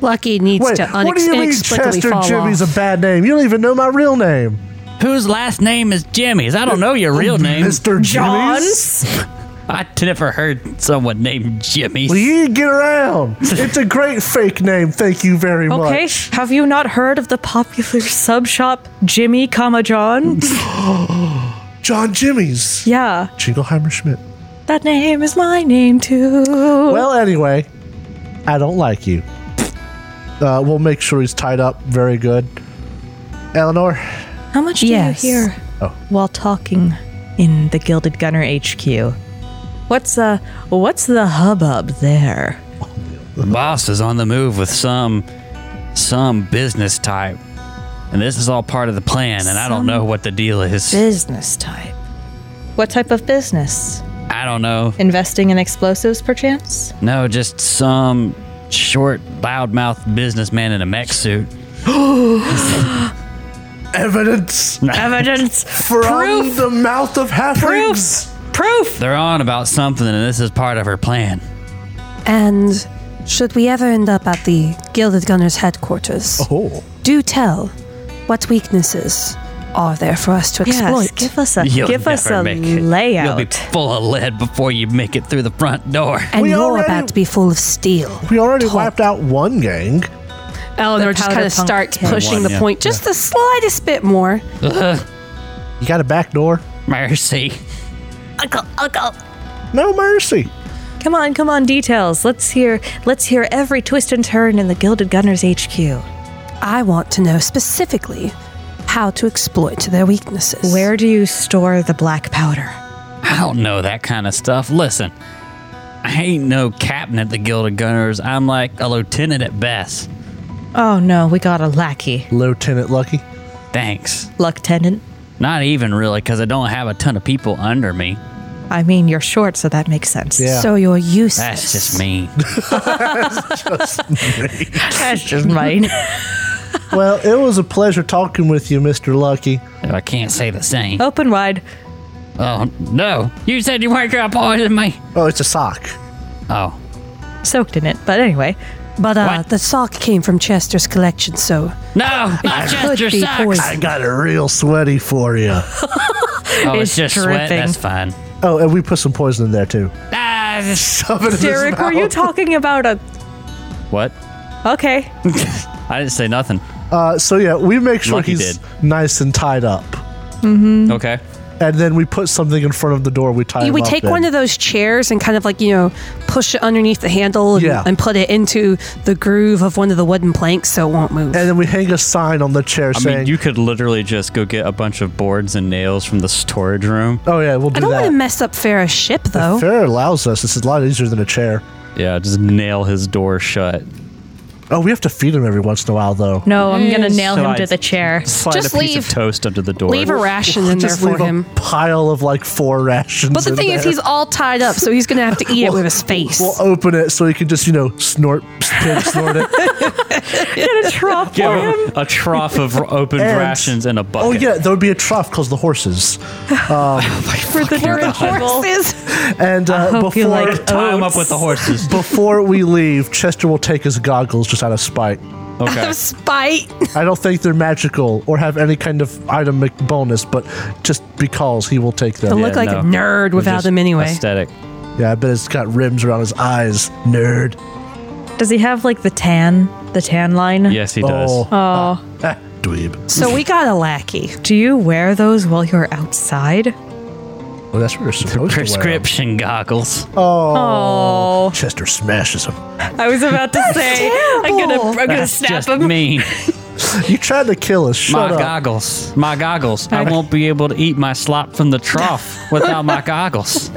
Lucky needs Wait, to what do unex- you mean inexplicably Chester fall Jimmy's off. a bad name? You don't even know my real name, Whose last name is Jimmy's? I don't know your real name. Mister Jimmy's. I never heard someone named Jimmy's. Well, you need to get around. It's a great fake name. Thank you very Okay, much. have you not heard of the popular sub shop Jimmy, comma John? John Jimmy's. yeah, Jingleheimer Schmidt. that name is my name too. Well, anyway, I don't like you. Uh, we'll make sure he's tied up. Very good. Eleanor, How much do Yes. you hear Oh. while talking in the Gilded Gunner HQ? What's uh what's the hubbub there? The boss is on the move with some some business type. And this is all part of the plan, and I don't know what the deal is. Business type. What type of business? I don't know. Investing in explosives perchance? No, just some short, loudmouth businessman in a mech suit. evidence Evidence. from the mouth of halflings. Proof. Proof. They're on about something, and this is part of her plan. And should we ever end up at the Gilded Gunners headquarters, Oh, do tell what weaknesses are there for us to Yes, exploit. give us a You'll Uh, give us never a make it. You'll be layout. full of lead before you make it through the front door. and We you're already- about to be full of steel. we already wiped out one gang. Eleanor The just powder kind of punk starts kid. pushing One, the yeah. point just the slightest bit more. You got a back door? Mercy. No mercy. Come on, come on, details. Let's hear let's hear every twist and turn in the Gilded Gunners HQ. I want to know specifically how to exploit their weaknesses. Where do you store the black powder? I don't know that kind of stuff. Listen, I ain't no captain at the Guild of Gunners. I'm like a lieutenant at best. Oh no, we got a lackey. Lieutenant Lucky. Thanks. Lieutenant. Not even really, because I don't have a ton of people under me. I mean, you're short, so that makes sense. Yeah. So you're useless. That's just me. That's just mine. well, it was a pleasure talking with you, Mister Lucky. I can't say the same. Open wide. Oh, no. You said you weren't going to poison me. Oh, it's a sock. Oh, Soaked in it, but anyway. But uh, What? the sock came from Chester's collection, so no. Not could just Oh, your be socks. poison. I got it real sweaty for you. Oh, It's it's, just sweat. dripping. That's fine. Oh, and we put some poison in there too. Ah, this- Shove it in his Derek, were you mouth. talking about a. what? Okay. I didn't say nothing. Uh, so yeah, we make sure Lucky he's did. Mm. nice and tied up. Okay. and then we put something in front of the door. We tie. You him would up take in. one of those chairs and kind of like, you know, push it underneath the handle and, Yeah. and put it into the groove of one of the wooden planks so it won't move. and then we hang a sign on the chair I saying, mean, you could literally just go get a bunch of boards and nails from the storage room. "Oh yeah, we'll do I don't that." want to mess up Farah's ship, though. Fair allows us. This is a lot easier than a chair. Yeah, just nail his door shut. Oh, we have to feed him every once in a while, though. No, I'm gonna nail him to Slides. the chair. Slide Just a piece leave- of toast under the door. Leave a ration in there Just for leave him. a pile of like four rations. But the in thing is, there. he's all tied up, so he's going to have to eat it with his face. We'll open it so he can just you know snort, pig snort it. Give him a trough of r- open And- rations and a bucket. Oh yeah, there would be a trough because the horses. for the horses. And uh, hope you before like Tie him up with the horses. before we leave, Chester will take his goggles just out of spite. Out Okay. of spite. I don't think they're magical or have any kind of item bonus, but just because he will take them. Don't look like no. a nerd without Just them anyway. Aesthetic. Yeah, I bet it's got rims around his eyes, nerd. Does he have like the tan, the tan line? Yes, he does. Oh, Oh. ah, dweeb. So we got a lackey. Do you wear those while you're outside? Well, Oh, that's what you're supposed to wear. Prescription goggles. Oh, Chester smashes him. I was about to say. I'm gonna- I'm gonna Just mean. You tried to kill us. Shut my up. goggles. My goggles. I won't be able to eat my slop from the trough without my goggles.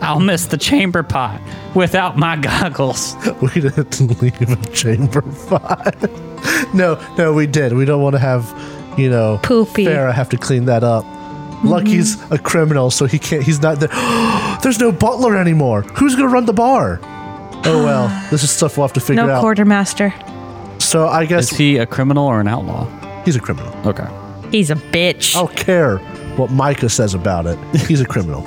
I'll miss the chamber pot without my goggles. We didn't leave a chamber five. no, no, we did. We don't want to have, you know, Poopy. Farah have to clean that up. Mm-hmm. Lucky's a criminal, so he can't. He's not there. There's no butler anymore. Who's gonna run the bar? Oh well, this is stuff we'll have to figure No out. quartermaster. so I Is guess he a criminal or an outlaw? he's a criminal. I Okay. He's a bitch. don't care what Micah says about it. He's a criminal.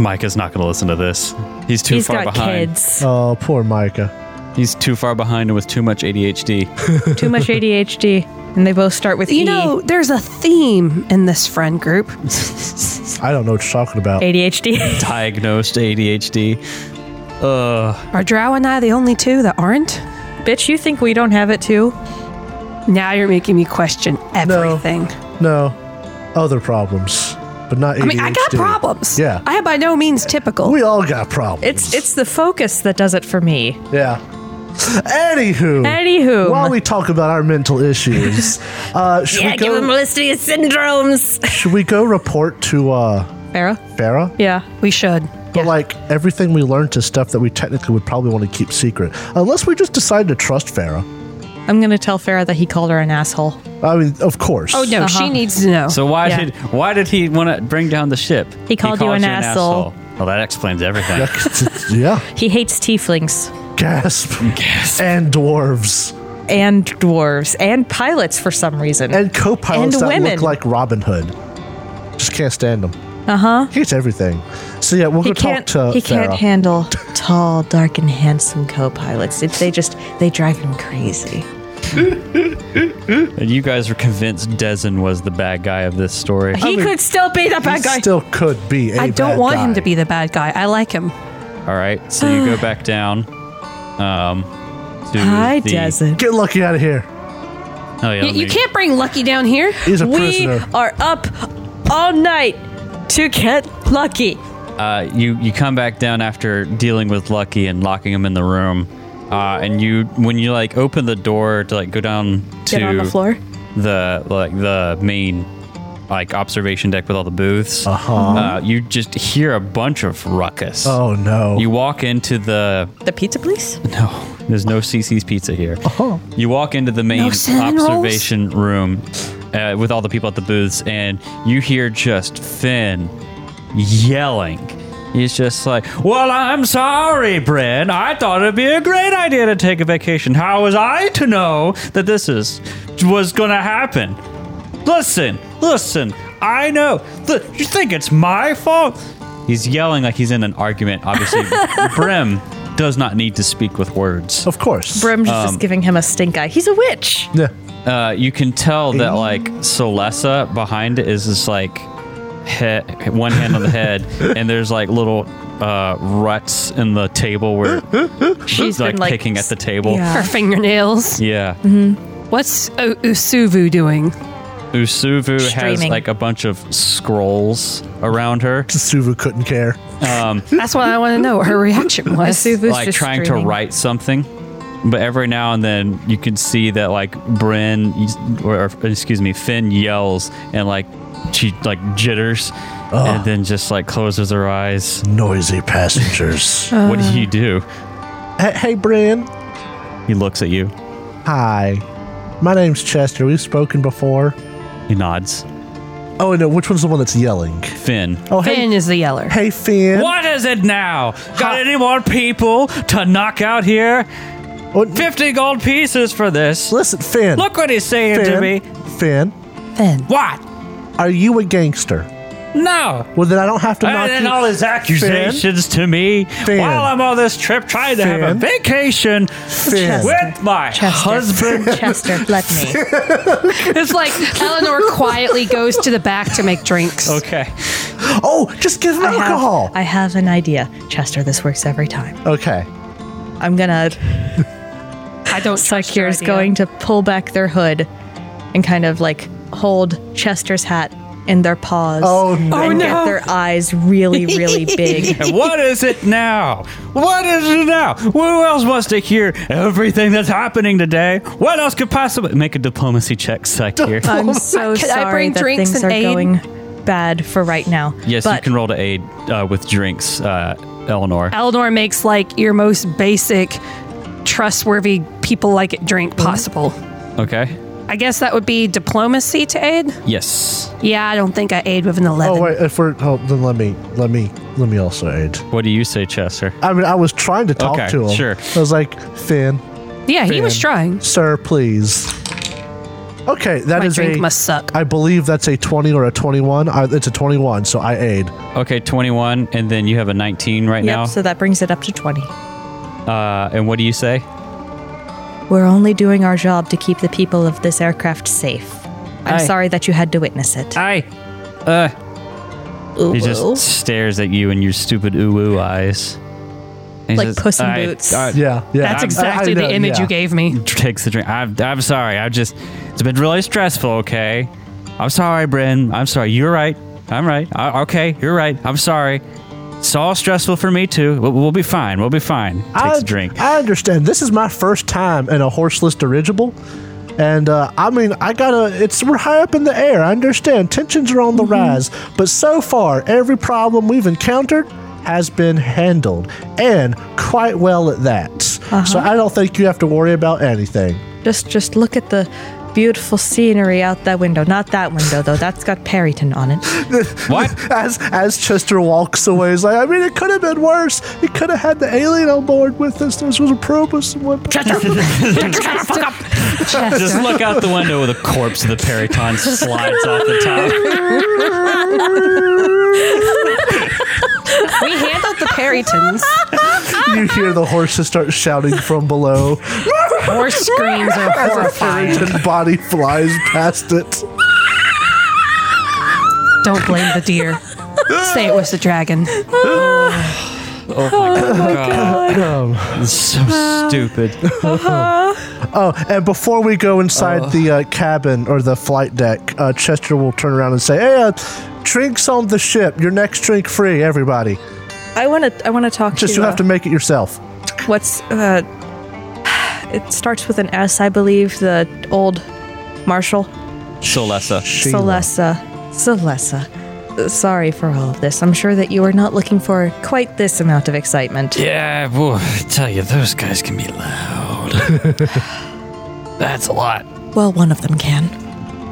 Mike is not going to listen to this. He's too He's far got behind. kids. oh, poor Micah. He's too far behind and with too much ADHD. Too much ADHD, and they both start with E. You know, there's a theme in this friend group. I don't know what you're talking about. ADHD. Diagnosed ADHD. Uh, Are Drow and I the only two that aren't? bitch, you think we don't have it too? Now you're making me question everything. No, other problems, but not ADHD. I mean, I got problems. Yeah. I am by no means typical. We all got problems. It's it's the focus that does it for me. Yeah. Anywho. Anywho. While we talk about our mental issues, uh, should, we go, list of his syndromes. should we go report to uh, Farah? Farah? Yeah. we should. But like everything we learned is stuff that we technically would probably want to keep secret, unless we just decide to trust Farah. I'm gonna tell Farah that he called her an asshole. I mean, of course. Oh, no, she needs to know. so why Yeah. did why did he want to bring down the ship? He called you an asshole. Well, that explains everything. yeah. He hates tieflings Gasp. Gasp. And dwarves and dwarves and pilots for some reason. and co-pilots And that women. look like Robin Hood. Just can't stand them. Uh huh. Hates everything. So yeah, we'll Uh-huh. he go talk can't to he Farah. can't handle tall, dark and handsome co-pilots. It, they just they drive him crazy. And you guys were convinced Dezen was the bad guy of this story. He could still be the He bad guy. still could be. I I don't want him to be the bad guy. I like him. All right, so you go back down. Um, to Hi, the- Desert. Get lucky out of here. Oh yeah, You, let you me- can't bring Lucky down here. He's a We prisoner. are up all night to get lucky. Uh, you you come back down after dealing with Lucky and locking him in the room, uh, and you when you like open the door to like go down to Get on the floor. the like the main like observation deck with all the booths. Uh-huh. You just hear a bunch of ruckus. Oh no. You walk into the The pizza place? no. There's no CC's pizza here. Oh. You walk into the main cinnamon rolls? observation room uh, with all the people at the booths, and you hear just Finn yelling. He's just like, Well, I'm sorry, Bryn. I thought it'd be a great idea to take a vacation. How was I to know that this is was gonna happen? Listen, listen, I know. Look, you think it's my fault? He's yelling like he's in an argument. Obviously, Brim does not need to speak with words. Of course. Brim's Um, just giving him a stink eye. He's a witch. yeah. Uh, you can tell that like Solessa behind it is just like he- one hand on the head, and there's like little uh, ruts in the table where she's like, been, like, picking at the table. Her fingernails. Yeah. What's o- Usuvu doing? Usuvu has Streaming. like a bunch of scrolls around her, Suvu couldn't care. That's what I want to know what her reaction was. Suvu's like just trying streaming. to write something. But every now and then you can see that like Bryn, or, or, excuse me, Finn yells and like she like jitters, and then just like closes her eyes. Noisy passengers. what do you do? hey, hey, Brian. He looks at you. Hi. My name's Chester. We've spoken before. He nods. Oh, and uh, which one's the one that's yelling? Finn. Oh, hey, Finn is the yeller. hey, Finn. What is it now? Got any more people to knock out here? Oh, n- 50 gold pieces for this. Listen, Finn. Look what he's saying Finn, to me. Finn, Finn. What? are you a gangster? No. Well, then I don't have to knock And then you. all his accusations to me Finn. while I'm on this trip trying to have a Finn. vacation Finn. with my husband. Chester, let me. It's like Eleanor quietly goes to the back to make drinks. Okay. Oh, just give him I have- alcohol. I have an idea. Chester, this works every time. okay. I'm gonna I don't trust your Kira's idea. going to pull back their hood and kind of like hold Chester's hat in their paws. Oh, no. and get their eyes really, really big. And what is it now? What is it now? Who else wants to hear everything that's happening today? What else could possibly make a diplomacy check, Sec here? I'm so Oh Can I sorry bring that drinks things and are aid? going bad for right now. yes, you but can roll to aid uh, with drinks, uh, Eleanor. Eleanor makes like your most basic, trustworthy people like it drink possible. Okay. I guess that would be diplomacy to aid. Yes. Yeah, I don't think I aid with an eleven. Oh wait, if we're oh, then let me let me let me also aid. What do you say, Chester? I mean, I was trying to talk Okay, to him. sure. I was like, Finn, yeah, he was Finn. trying. sir, please. Okay, that My is drink a. must suck. I believe that's a twenty or a twenty-one. I, it's a twenty-one, so I aid. Okay, 21, and then you have a 19 right Yep, now. so that brings it up to 20. uh, and what do you say? We're only doing our job to keep the people of this aircraft safe. I'm Aye. sorry that you had to witness it. I He just stares at you in your stupid ooh ooh eyes. And he Like says, Puss in "I- Boots." I- Yeah, yeah. That's I- I exactly know, the image yeah. you gave me. takes the drink. I'm, I'm sorry. I've just, it's been really stressful, okay? I'm sorry, Bryn. I'm sorry. You're right. I'm right. I, okay, you're right. I'm sorry. It's all stressful for me, too. We'll, we'll be fine. We'll be fine. Takes I, a drink. I understand. This is my first time in a horseless dirigible. And uh, I mean, I gotta. It's we're high up in the air. I understand tensions are on Mm-hmm. the rise, but so far every problem we've encountered has been handled, and quite well at that. Uh-huh. So I don't think you have to worry about anything. Just just look at the beautiful scenery out that window. Not that window though. That's got Perryton on it. what? As as Chester walks away, he's like, I mean, it could have been worse. It could have had the alien on board with us. This was a probus and what? Just look out the window with a corpse of the periton slides off the top. We handled the Perrytons. you hear the horses start shouting from below. Horse screams are as a horrifying. Farrington body flies past it. Don't blame the deer. Say it was the dragon. It's so stupid. Oh, and before we go inside the uh, cabin or the flight deck, uh, Chester will turn around and say, "Hey, uh, drinks on the ship. Your next drink free, everybody. I want to I want to talk Just to you uh, have to make it yourself." what's uh it starts with an S, I believe, the old marshal Solessa. Sheila. Celessa. Celessa. Uh, Sorry for all of this. I'm sure that you are not looking for quite this amount of excitement. yeah. Whoa, I tell you, those guys can be loud. That's a lot. Well, one of them can. Oh.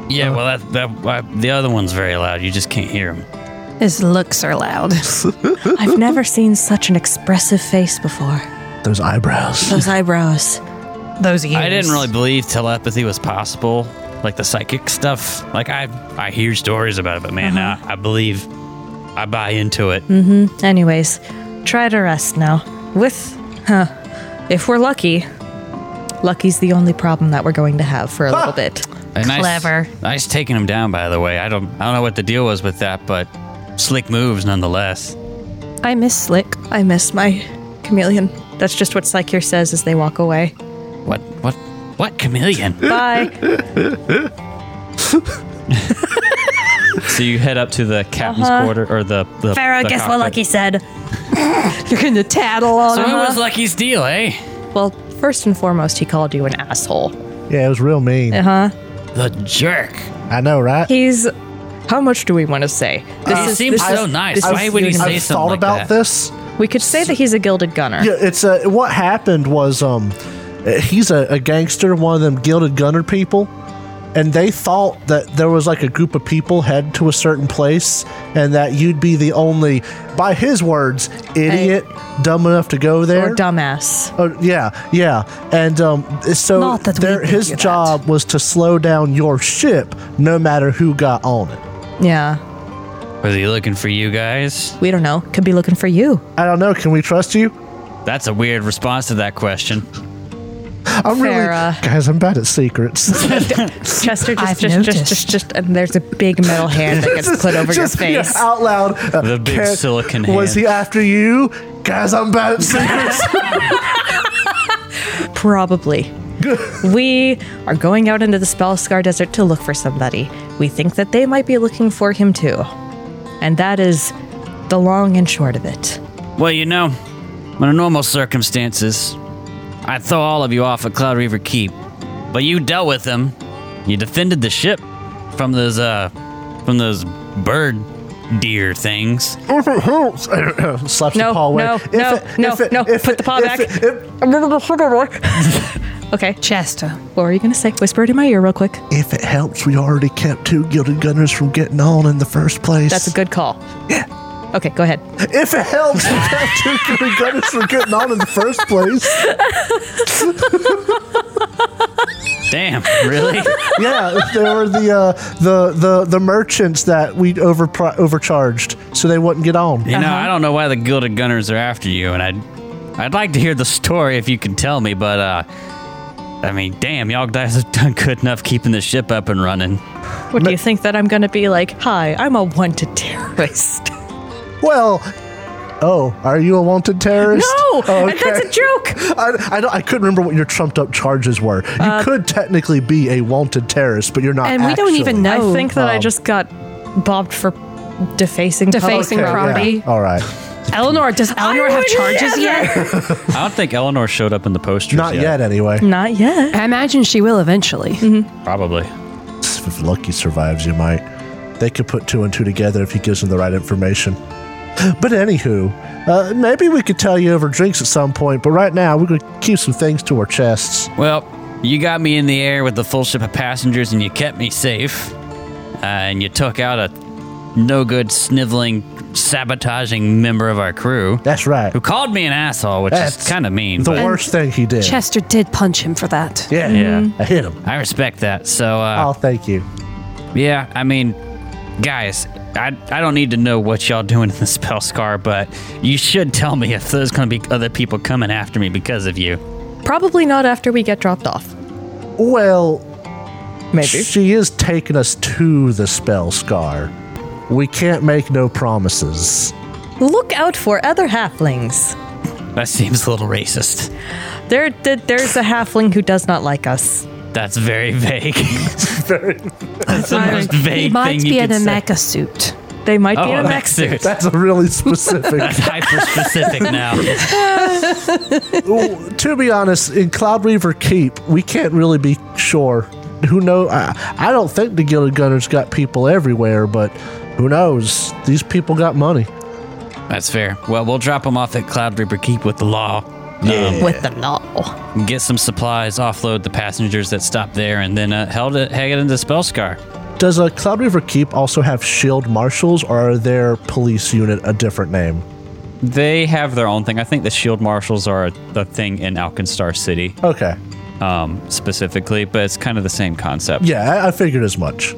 Yeah. Well, that, that uh, the other one's very loud. You just can't hear him. His looks are loud. I've never seen such an expressive face before. Those eyebrows. Those eyebrows. Those ears. I didn't really believe telepathy was possible, like the psychic stuff. Like I, I hear stories about it, but man, Uh-huh. now I believe, I buy into it. Anyways, try to rest now. With, huh, if we're lucky, lucky's the only problem that we're going to have for a little bit. And nice- Clever. Nice, taking him down, by the way. I don't, I don't know what the deal was with that, but slick moves nonetheless. I miss Slick. I miss my chameleon. That's just what Psycheer says as they walk away. What, what, what chameleon? Bye. So you head up to the captain's quarter or the the. Pharaoh, the guess what cockpit. Lucky said? You're gonna tattle on So it him. was Uh-huh. huh? Lucky's deal, eh? Well, first and foremost, he called you an asshole. Yeah, it was real mean. The jerk. I know, right? He's. How much do we want to say? This he seems so nice. this Why is would he your- say I've something thought like about that? this. We could say that he's a gilded gunner. Yeah, it's uh, what happened was um, uh, he's a, a gangster, one of them gilded gunner people, and they thought that there was like a group of people headed to a certain place, and that you'd be the only, by his words, idiot dumb enough to go there. Or dumbass. Oh, yeah, yeah, and um, so Not that we their- think his you're that. job was to slow down your ship, no matter who got on it. Yeah. Was he looking for you guys? We don't know. Could be looking for you. I don't know. Can we trust you? That's a weird response to that question. I'm Farah. really guys. I'm bad at secrets. Chester just, I've just, just, noticed. just, just, and there's a big metal hand that gets put over your Just, yeah, face. out loud. uh, The big "Cat, silicon Was hand." he after you? Guys, I'm bad at secrets. Probably. we are going out into the Spellscar Desert to look for somebody. We think that they might be looking for him too. And that is the long and short of it. Well, you know, under normal circumstances, I'd throw all of you off at Cloud Reaver Keep. But you dealt with them. You defended the ship from those uh from those bird deer things. Slaps No, the paw away. no, no, no, no, put the paw if back. it- if- Okay. Chester. What were you going to say? Whisper it in my ear real quick. if it helps, we already kept two gilded gunners from getting on in the first place. That's a good call. Yeah. Okay, go ahead. if it helps, we kept two gilded gunners from getting on in the first place. Damn, really? Yeah, they were the uh, the the the merchants that we over overcharged, so they wouldn't get on. You know, I don't know why the Gilded Gunners are after you, and I'd I'd like to hear the story if you could tell me, but uh I mean, damn, y'all guys have done good enough keeping the ship up and running. What do you think that I'm going to be like? Hi, I'm a wanted terrorist. Well, oh, are you a wanted terrorist? No, Oh, and that's a joke. I, I, don't, I couldn't remember what your trumped up charges were. You could technically be a wanted terrorist, but you're not. Uh, And we don't even actually. know. I think that I just got bobbed for defacing public Defacing Okay, property. yeah, All right. Eleanor, does Eleanor have would charges yet? I don't think Eleanor showed up in the posters. Not yet, anyway. Not yet. I imagine she will eventually. Mm-hmm. Probably. If Lucky survives, you might. They could put two and two together if he gives them the right information. But anywho, uh, maybe we could tell you over drinks at some point. But right now, we're going to keep some things to our chests. Well, you got me in the air with the full ship of passengers and you kept me safe. Uh, and you took out a no good, sniveling, sabotaging member of our crew That's right. who called me an asshole, which is That's kind of mean. The but worst thing he did. Chester did punch him for that. yeah, Yeah. I hit him. I respect that. So, Oh, uh, thank you. yeah, I mean, guys, I, I don't need to know what y'all doing in the spell scar, but you should tell me if there's going to be other people coming after me because of you. Probably not after we get dropped off. Well, Maybe. she is taking us to the spell scar. We can't make no promises. Look out for other halflings. That seems a little racist. There, th- there's a halfling who does not like us. That's very vague. That's the most vague he might thing be you in could a say. mecha suit. They might be Oh, in a a mech mech suit. That's a really specific. Hyper specific now. to be honest, in Cloud Reaver Keep, we can't really be sure. Who know? I, I don't think the Gilded Gunners got people everywhere, but who knows? These people got money. That's fair. Well, we'll drop them off at Cloud Reaper Keep with the law. Yeah. with the law. get some supplies, offload the passengers that stopped there, and then uh, held it, head into Spellscar. Does a Cloud Reaver Keep also have Shield Marshals, or are their police unit a different name? They have their own thing. I think the shield marshals are a, the thing in Alkenstar City Okay, um, specifically, but it's kind of the same concept. yeah, I, I figured as much.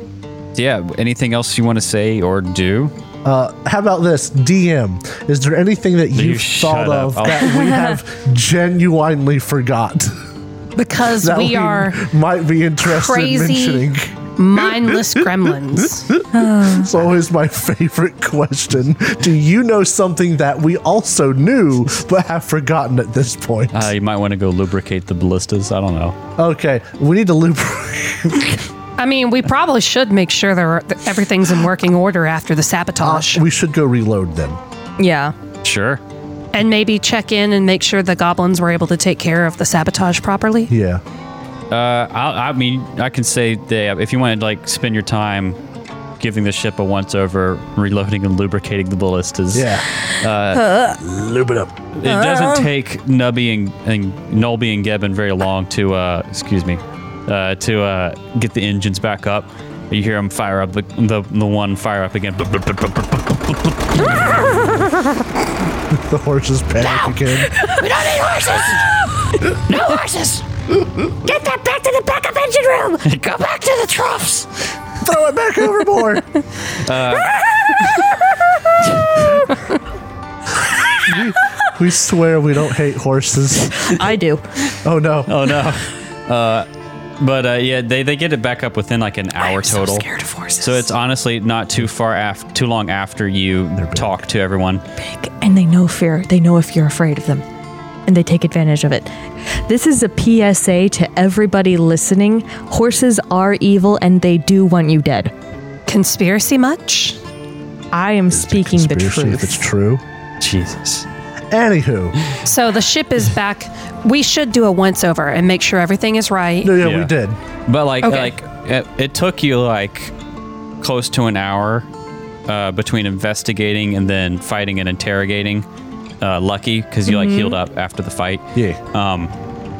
Yeah. Anything else you want to say or do? Uh, How about this, DM? Is there anything that you've shut thought up. Oh. of I'll- that we have genuinely forgot Because that we, are might be interested crazy- in mentioning? mindless gremlins. It's always my favorite question. Do you know something that we also knew but have forgotten at this point? Uh, you might want to go lubricate the ballistas. I don't know. okay, we need to loop. I mean, we probably should make sure there are, that everything's in working order after the sabotage, We should go reload them. Yeah. Sure. and maybe check in and make sure the goblins were able to take care of the sabotage properly. Yeah. Uh, I, I mean, I can say that if you want to like spend your time giving the ship a once over, reloading and lubricating the ballast is Yeah. Uh, Lube it up. It doesn't take Nubby and, and Nolby and Gebin very long to, uh, excuse me, uh, to uh, get the engines back up. You hear them fire up the, the, the one fire up again. The horses panic again. We don't need horses! no horses! Get that back to the backup engine room! Go back to the troughs! Throw it back overboard. we swear we don't hate horses. I do. Oh no. Oh no! Uh, but uh, yeah, they, they get it back up within like an hour total. So, of horses. it's honestly not too far af- too long after you talk to everyone. and they know fear. They know if you're afraid of them, and they take advantage of it. This is a PSA to everybody listening. Horses are evil and they do want you dead. Conspiracy much? I am speaking the Conspiracy, If it's truth. true. Jesus. Anywho. So the ship is back. We should do a once over and make sure everything is right. No, yeah, Yeah. we did. But like Okay. like it, it took you like close to an hour uh, between investigating and then fighting and interrogating uh, Lucky because you like healed up after the fight. Yeah. Um,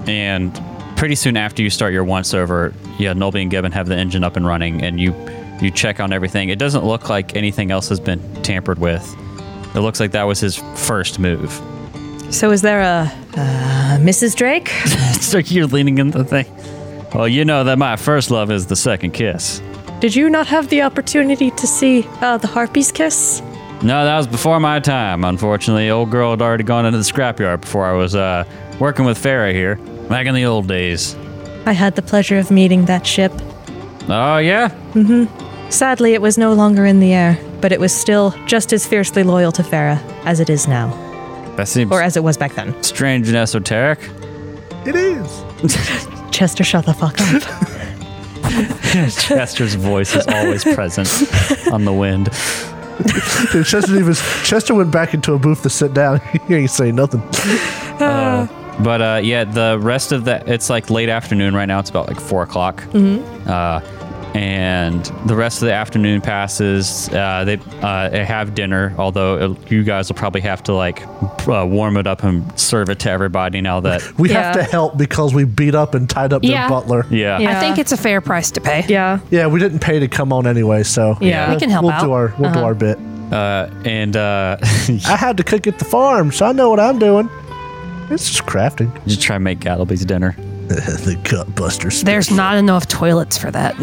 and pretty soon after you start your once over, yeah, Nolby and Gibbon have the engine up and running, and you you check on everything. It doesn't look like anything else has been tampered with. It looks like that was his first move. So is there a uh, Mrs. Drake? so you're leaning in the thing. Well, you know that my first love is the second kiss. Did you not have the opportunity to see uh, the Harpy's kiss? No, that was before my time, unfortunately. Old girl had already gone into the scrapyard before I was uh, working with Farah here, back in the old days. I had the pleasure of meeting that ship. Oh, yeah? Sadly, it was no longer in the air, but it was still just as fiercely loyal to Farah as it is now, That seems or as it was back then. strange and esoteric. It is. Chester, shut the fuck up. Chester's voice is always present on the wind. Dude, Chester, even, Chester went back into a booth to sit down. he ain't saying nothing. But uh, yeah, the rest of the it's like late afternoon right now. It's about like four o'clock, mm-hmm. uh, and the rest of the afternoon passes. Uh, they uh, they have dinner, although it, you guys will probably have to like uh, warm it up and serve it to everybody now that. We Yeah. have to help because we beat up and tied up Yeah. their butler. Yeah. I Yeah. think it's a fair price to pay. Yeah. Yeah, we didn't pay to come on anyway, so Yeah. We we'll- can help We'll out. Uh-huh. do our we'll do our bit. Uh, and uh, I had to cook at the farm, so I know what I'm doing. It's just crafting. just try and make Gattleby's dinner. the gut busters. There's not enough toilets for that.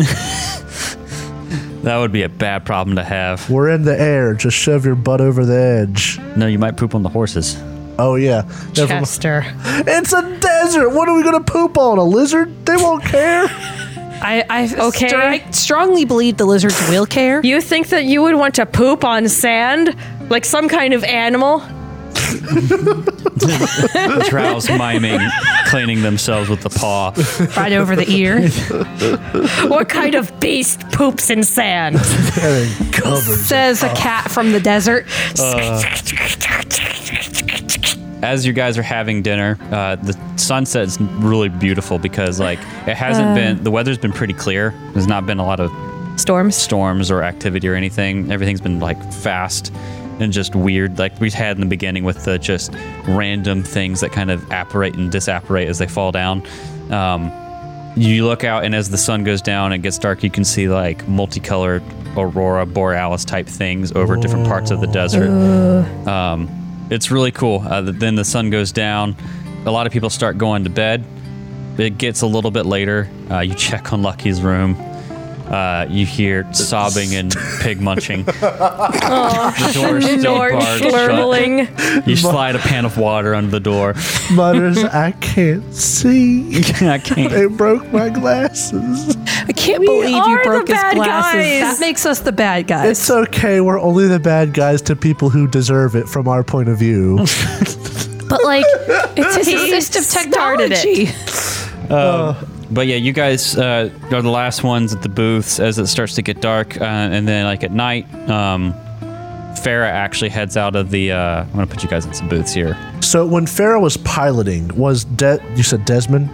That would be a bad problem to have. We're in the air. Just shove your butt over the edge. No, you might poop on the horses. Oh yeah, Never mind. Chester. It's a desert. What are we gonna poop on? A lizard? They won't care. I, I Okay. stri- strongly believe the lizards will care. You think that you would want to poop on sand? Like some kind of animal? Trow's miming, cleaning themselves with the paw. right over the ear. What kind of beast poops in sand? And covers. Says a cat from the desert. as you guys are having dinner, uh, the sunset's really beautiful because like it hasn't been the weather's been pretty clear. There's not been a lot of Storms. storms or activity or anything. Everything's been like fast and just weird, like we had in the beginning with the just random things that kind of apparate and disapparate as they fall down. Um, you look out, and as the sun goes down and gets dark, you can see like multicolored aurora borealis type things over different parts of the desert. Um, it's really cool. Uh, th- then the sun goes down. A lot of people start going to bed. It gets a little bit later. Uh, you check on Lucky's room. Uh, you hear sobbing and pig munching. the door is still Nord barred shut. slurling. You slide a pan of water under the door. Mutters, I can't see. I can't. They broke my glasses. I can't believe you are broke the his bad glasses. guys. That makes us the bad guys. It's okay. We're only the bad guys to people who deserve it from our point of view. but like, it's his assistive started it. technology. But yeah, you guys uh, are the last ones at the booths as it starts to get dark, uh, and then like at night, um, Farah actually heads out of the. Uh, I'm gonna put you guys in some booths here. So when Pharaoh was piloting, was De- you said Desmond?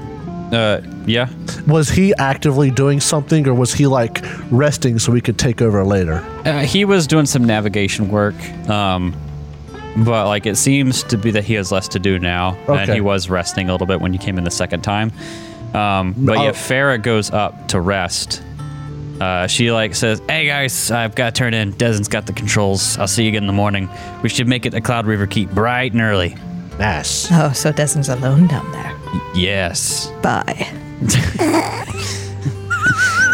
Uh, yeah. Was he actively doing something, or was he like resting so we could take over later? Uh, he was doing some navigation work, um, but like it seems to be that he has less to do now, and Okay. he was resting a little bit when you came in the second time. Um, but yeah, Oh. Farah goes up to rest. Uh, she like says, "Hey guys, I've got to turn in. Desmond's got the controls. I'll see you again in the morning. We should make it to Cloud River Keep bright and early." Nice. Oh, so Desmond's alone down there. Yes. Bye.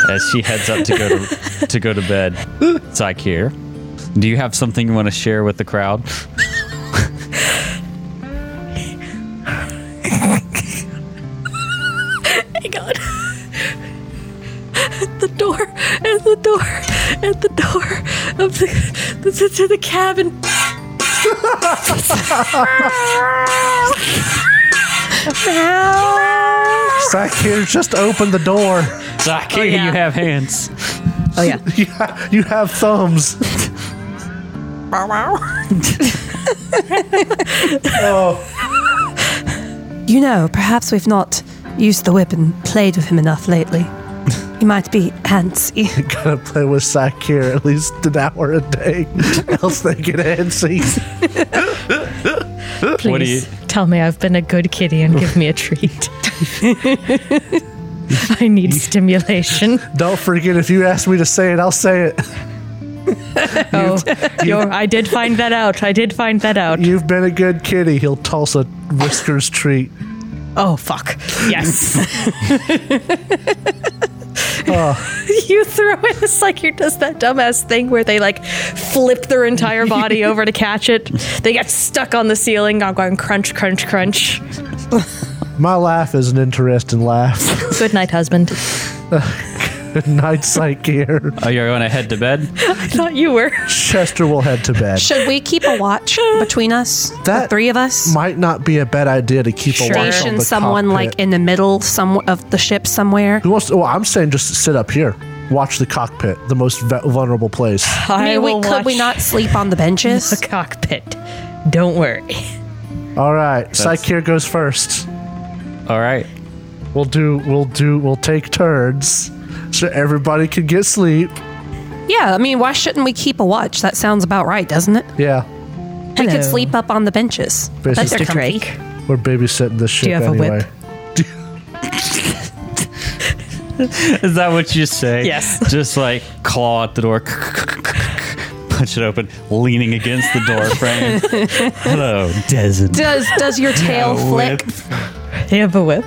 As she heads up to go to, to go to bed, Psyche here. Do you have something you want to share with the crowd? Hang on. At the door, at the door, at the door of the, the, the, to the cabin. Sakir, just open the door. Saki, Oh, you have hands. Oh yeah. you, ha- you have thumbs. oh, You know, perhaps we've not used the whip and played with him enough lately. He might be antsy. you gotta play with Sakir at least an hour a day, else they get antsy. Please What do you- tell me I've been a good kitty and give me a treat. I need stimulation. Don't forget, if you ask me to say it, I'll say it. Oh, you're, I did find that out. I did find that out. You've been a good kitty. He'll toss a whiskers treat. Oh fuck. Yes. Oh, you throw it. It's like you does that dumbass thing where they like flip their entire body over to catch it. They get stuck on the ceiling. I'm going crunch, crunch, crunch. my laugh is an interesting laugh. Good night, husband. Good night, psych gear. Oh, you're going to head to bed? I thought you were. Chester will head to bed. Should we keep a watch between us, the That three of us? Might not be a bad idea to keep a watch on Station the someone cockpit. like in the middle some of the ship somewhere. Who wants? To, well, I'm saying just sit up here, watch the cockpit, the most v- vulnerable place. I mean, we, will could we watch not sleep on the benches? the cockpit? Don't worry. All right, Psycheer goes first. All right. We'll do. We'll do. We'll take turns, so everybody can get sleep. Yeah, I mean, why shouldn't we keep a watch? That sounds about right, doesn't it? Yeah, We Hello. could sleep up on the benches. But This is they're Mr. comfy. Drake. we're babysitting this ship you have a whip? anyway. Is that what you say? Yes. Just like claw at the door, punch it open, leaning against the door frame. Hello, Desmond. Does does your tail flick? They have a whip.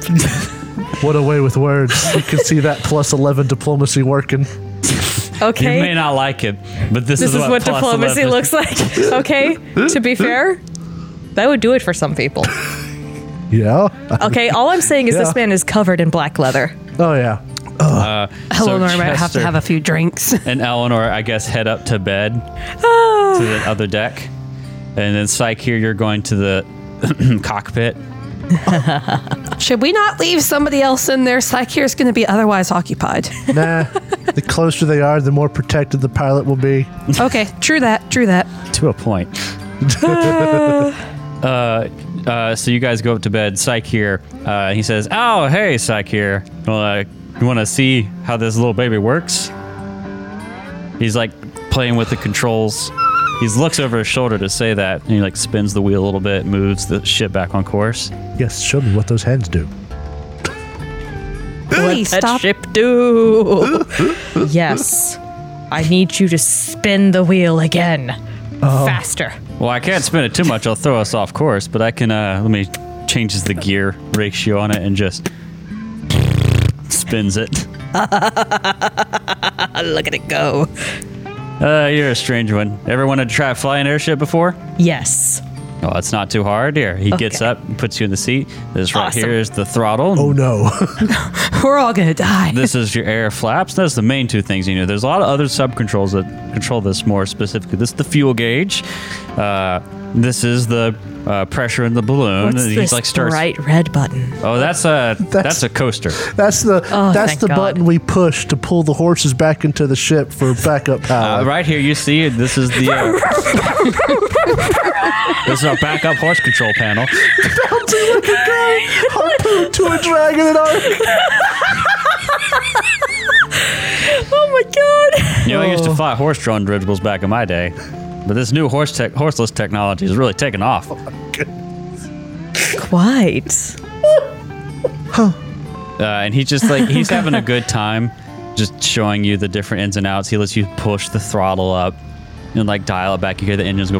What a way with words. You can see that plus 11 diplomacy working. You Okay. may not like it, but this, this is what plus diplomacy 11 looks like. Okay. to be fair, that would do it for some people. Yeah. Okay. All I'm saying is Yeah. this man is covered in black leather. Oh, yeah. Hello, Nora might have Chester to have a few drinks. And Eleanor, I guess, head up to bed Ah. to the other deck. And then Psyche here, you're going to the cockpit. Should we not leave somebody else in there? Psycheer is going to be otherwise occupied. Nah. the closer they are, the more protected the pilot will be. okay, true that, true that. to a point. uh, uh, so you guys go up to bed. Psyche here. Uh, he says, "Oh, hey, Psyche here. Well, uh, you want to see how this little baby works?" He's like playing with the controls. He looks over his shoulder to say that, and he like spins the wheel a little bit, moves the ship back on course. Yes, show me what those hands do. Please stop. Ship do. yes. I need you to spin the wheel again. Oh. Faster. Well, I can't spin it too much; I'll throw us off course. But I can. Uh, let me change the gear ratio on it and just spins it. Look at it go. Uh, you're a strange one. Ever wanted to try a flying airship before? Yes. Oh, it's not too hard. Here, he gets Okay. up, and puts you in the seat. This right Awesome. here is the throttle. Oh, no. We're all going to die. This is your air flaps. That's the main two things you know. There's a lot of other sub controls that control this more specifically. This is the fuel gauge. Uh, This is the uh, pressure in the balloon. What's and he's this like starts. bright red button? Oh, that's a that's, a coaster. That's the Oh, that's thank the God. button we push to pull the horses back into the ship for backup power. Uh, right here, you see it. This is the uh, this is our backup horse control panel. Bouncy like a guy harpooned to a dragon in arc. Oh my god! You know, I used to fly horse-drawn dirigibles back in my day, but this new horse tech, horseless technology is really taking off. Quite. uh, and he's just like he's having a good time just showing you the different ins and outs he lets you push the throttle up and like dial it back you hear the engines go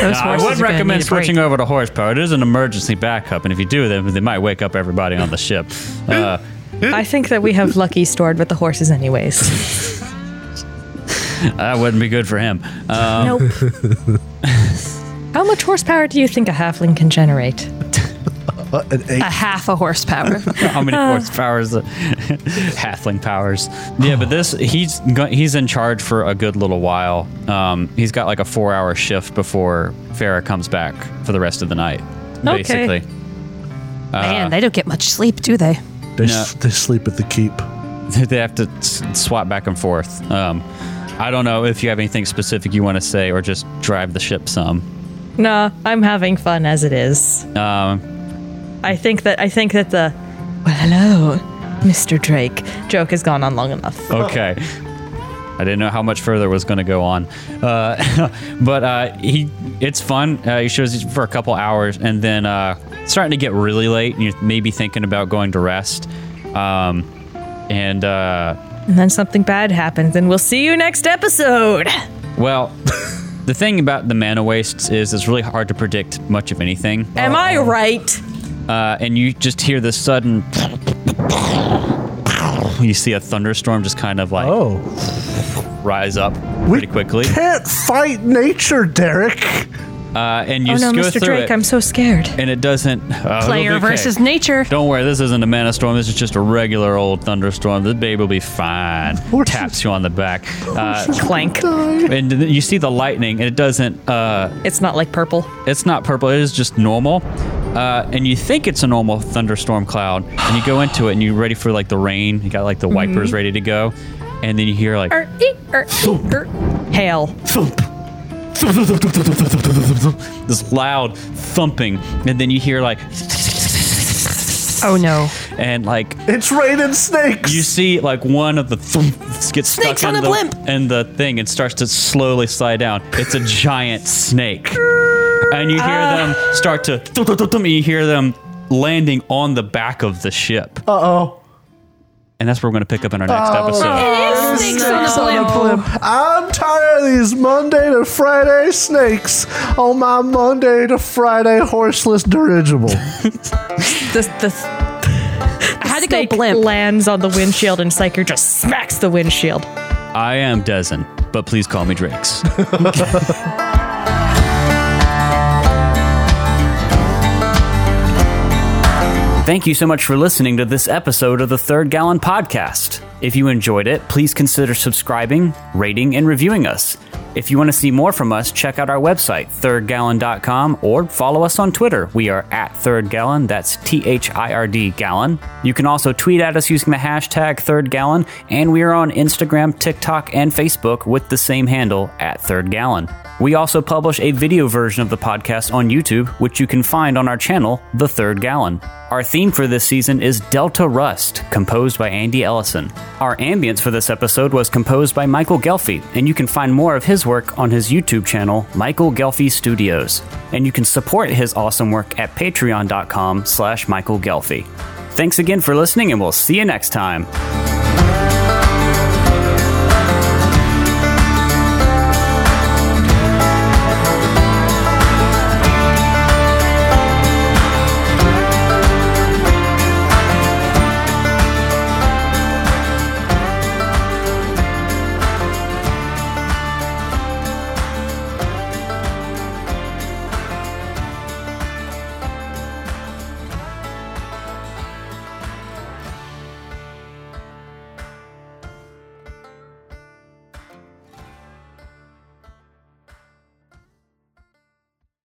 Those Now, i horses would are gonna need recommend a break. switching over to horsepower it is an emergency backup and if you do then they might wake up everybody on the ship uh, I think that we have Lucky stored with the horses, anyways. that wouldn't be good for him um, nope. How much horsepower do you think a halfling can generate? An eight. A half a horsepower. how many Uh. horsepower is it? halfling powers yeah but this he's go- he's in charge for a good little while um, he's got like a four hour shift before Farah comes back for the rest of the night Okay. basically Man, they don't get much sleep, do they? They, No. s- they sleep at the keep. they have to s- swap back and forth um, I don't know if you have anything specific you want to say or just drive the ship some Nah, I'm having fun as it is. um, I think that I think that the well, hello, Mr. Drake joke has gone on long enough. okay I didn't know how much further it was going to go on, uh, but uh, he it's fun. Uh, he shows you for a couple hours, and then uh, it's starting to get really late, and you're maybe thinking about going to rest. Um, and uh, And then something bad happens, and we'll see you next episode. well, the thing about the mana wastes is it's really hard to predict much of anything. Am I right? uh, and you just hear this sudden. You see a thunderstorm just kind of like Oh, rise up pretty quickly, can't fight nature, Derek. uh, and you Oh no, go Mr. through Drake, it, I'm so scared. and it doesn't. Uh, it'll be Player okay. versus nature. Don't worry, this isn't a mana storm. This is just a regular old thunderstorm. The baby will be fine. Taps you on the back, uh, Clank. and then you see the lightning, and it doesn't. Uh, It's not like purple. it's not purple. It is just normal. Uh, and you think it's a normal thunderstorm cloud, and you go into it, and you're ready for like the rain. You got like the wipers Mm-hmm. ready to go, and then you hear like Er, ee, er, ee, er. Hail. this loud thumping, and then you hear like Oh no. and like It's raining snakes. you see like one of the thump gets Snake's stuck on in a the blimp. and the thing and starts to slowly slide down. It's a giant snake, and you hear Ah. them start to thump, thump, thump, thump, and you hear them landing on the back of the ship. uh oh. and that's where we're going to pick up in our next Oh, episode. Snakes on a blimp. I'm tired of these Monday to Friday snakes on my Monday to Friday horseless dirigible. The, the I had to go snake blimp. lands on the windshield, and Psyker just smacks the windshield. I am Dezen, but please call me Drakes. Thank you so much for listening to this episode of the Third Gallon Podcast. If you enjoyed it, please consider subscribing, rating, and reviewing us. If you want to see more from us, check out our website, thirdgallon.com, or follow us on Twitter. We are at Third Gallon, that's T H I R D Gallon. You can also tweet at us using the hashtag Third Gallon, and we are on Instagram, TikTok, and Facebook with the same handle, at Third Gallon. We also publish a video version of the podcast on YouTube, which you can find on our channel, The Third Gallon. Our theme for this season is Delta Rust, composed by Andy Ellison. Our ambience for this episode was composed by Michael Gelfie, and you can find more of his work on his YouTube channel, Michael Gelfie Studios. And you can support his awesome work at patreon.com slash Michael Gelfie. Thanks again for listening, and we'll see you next time.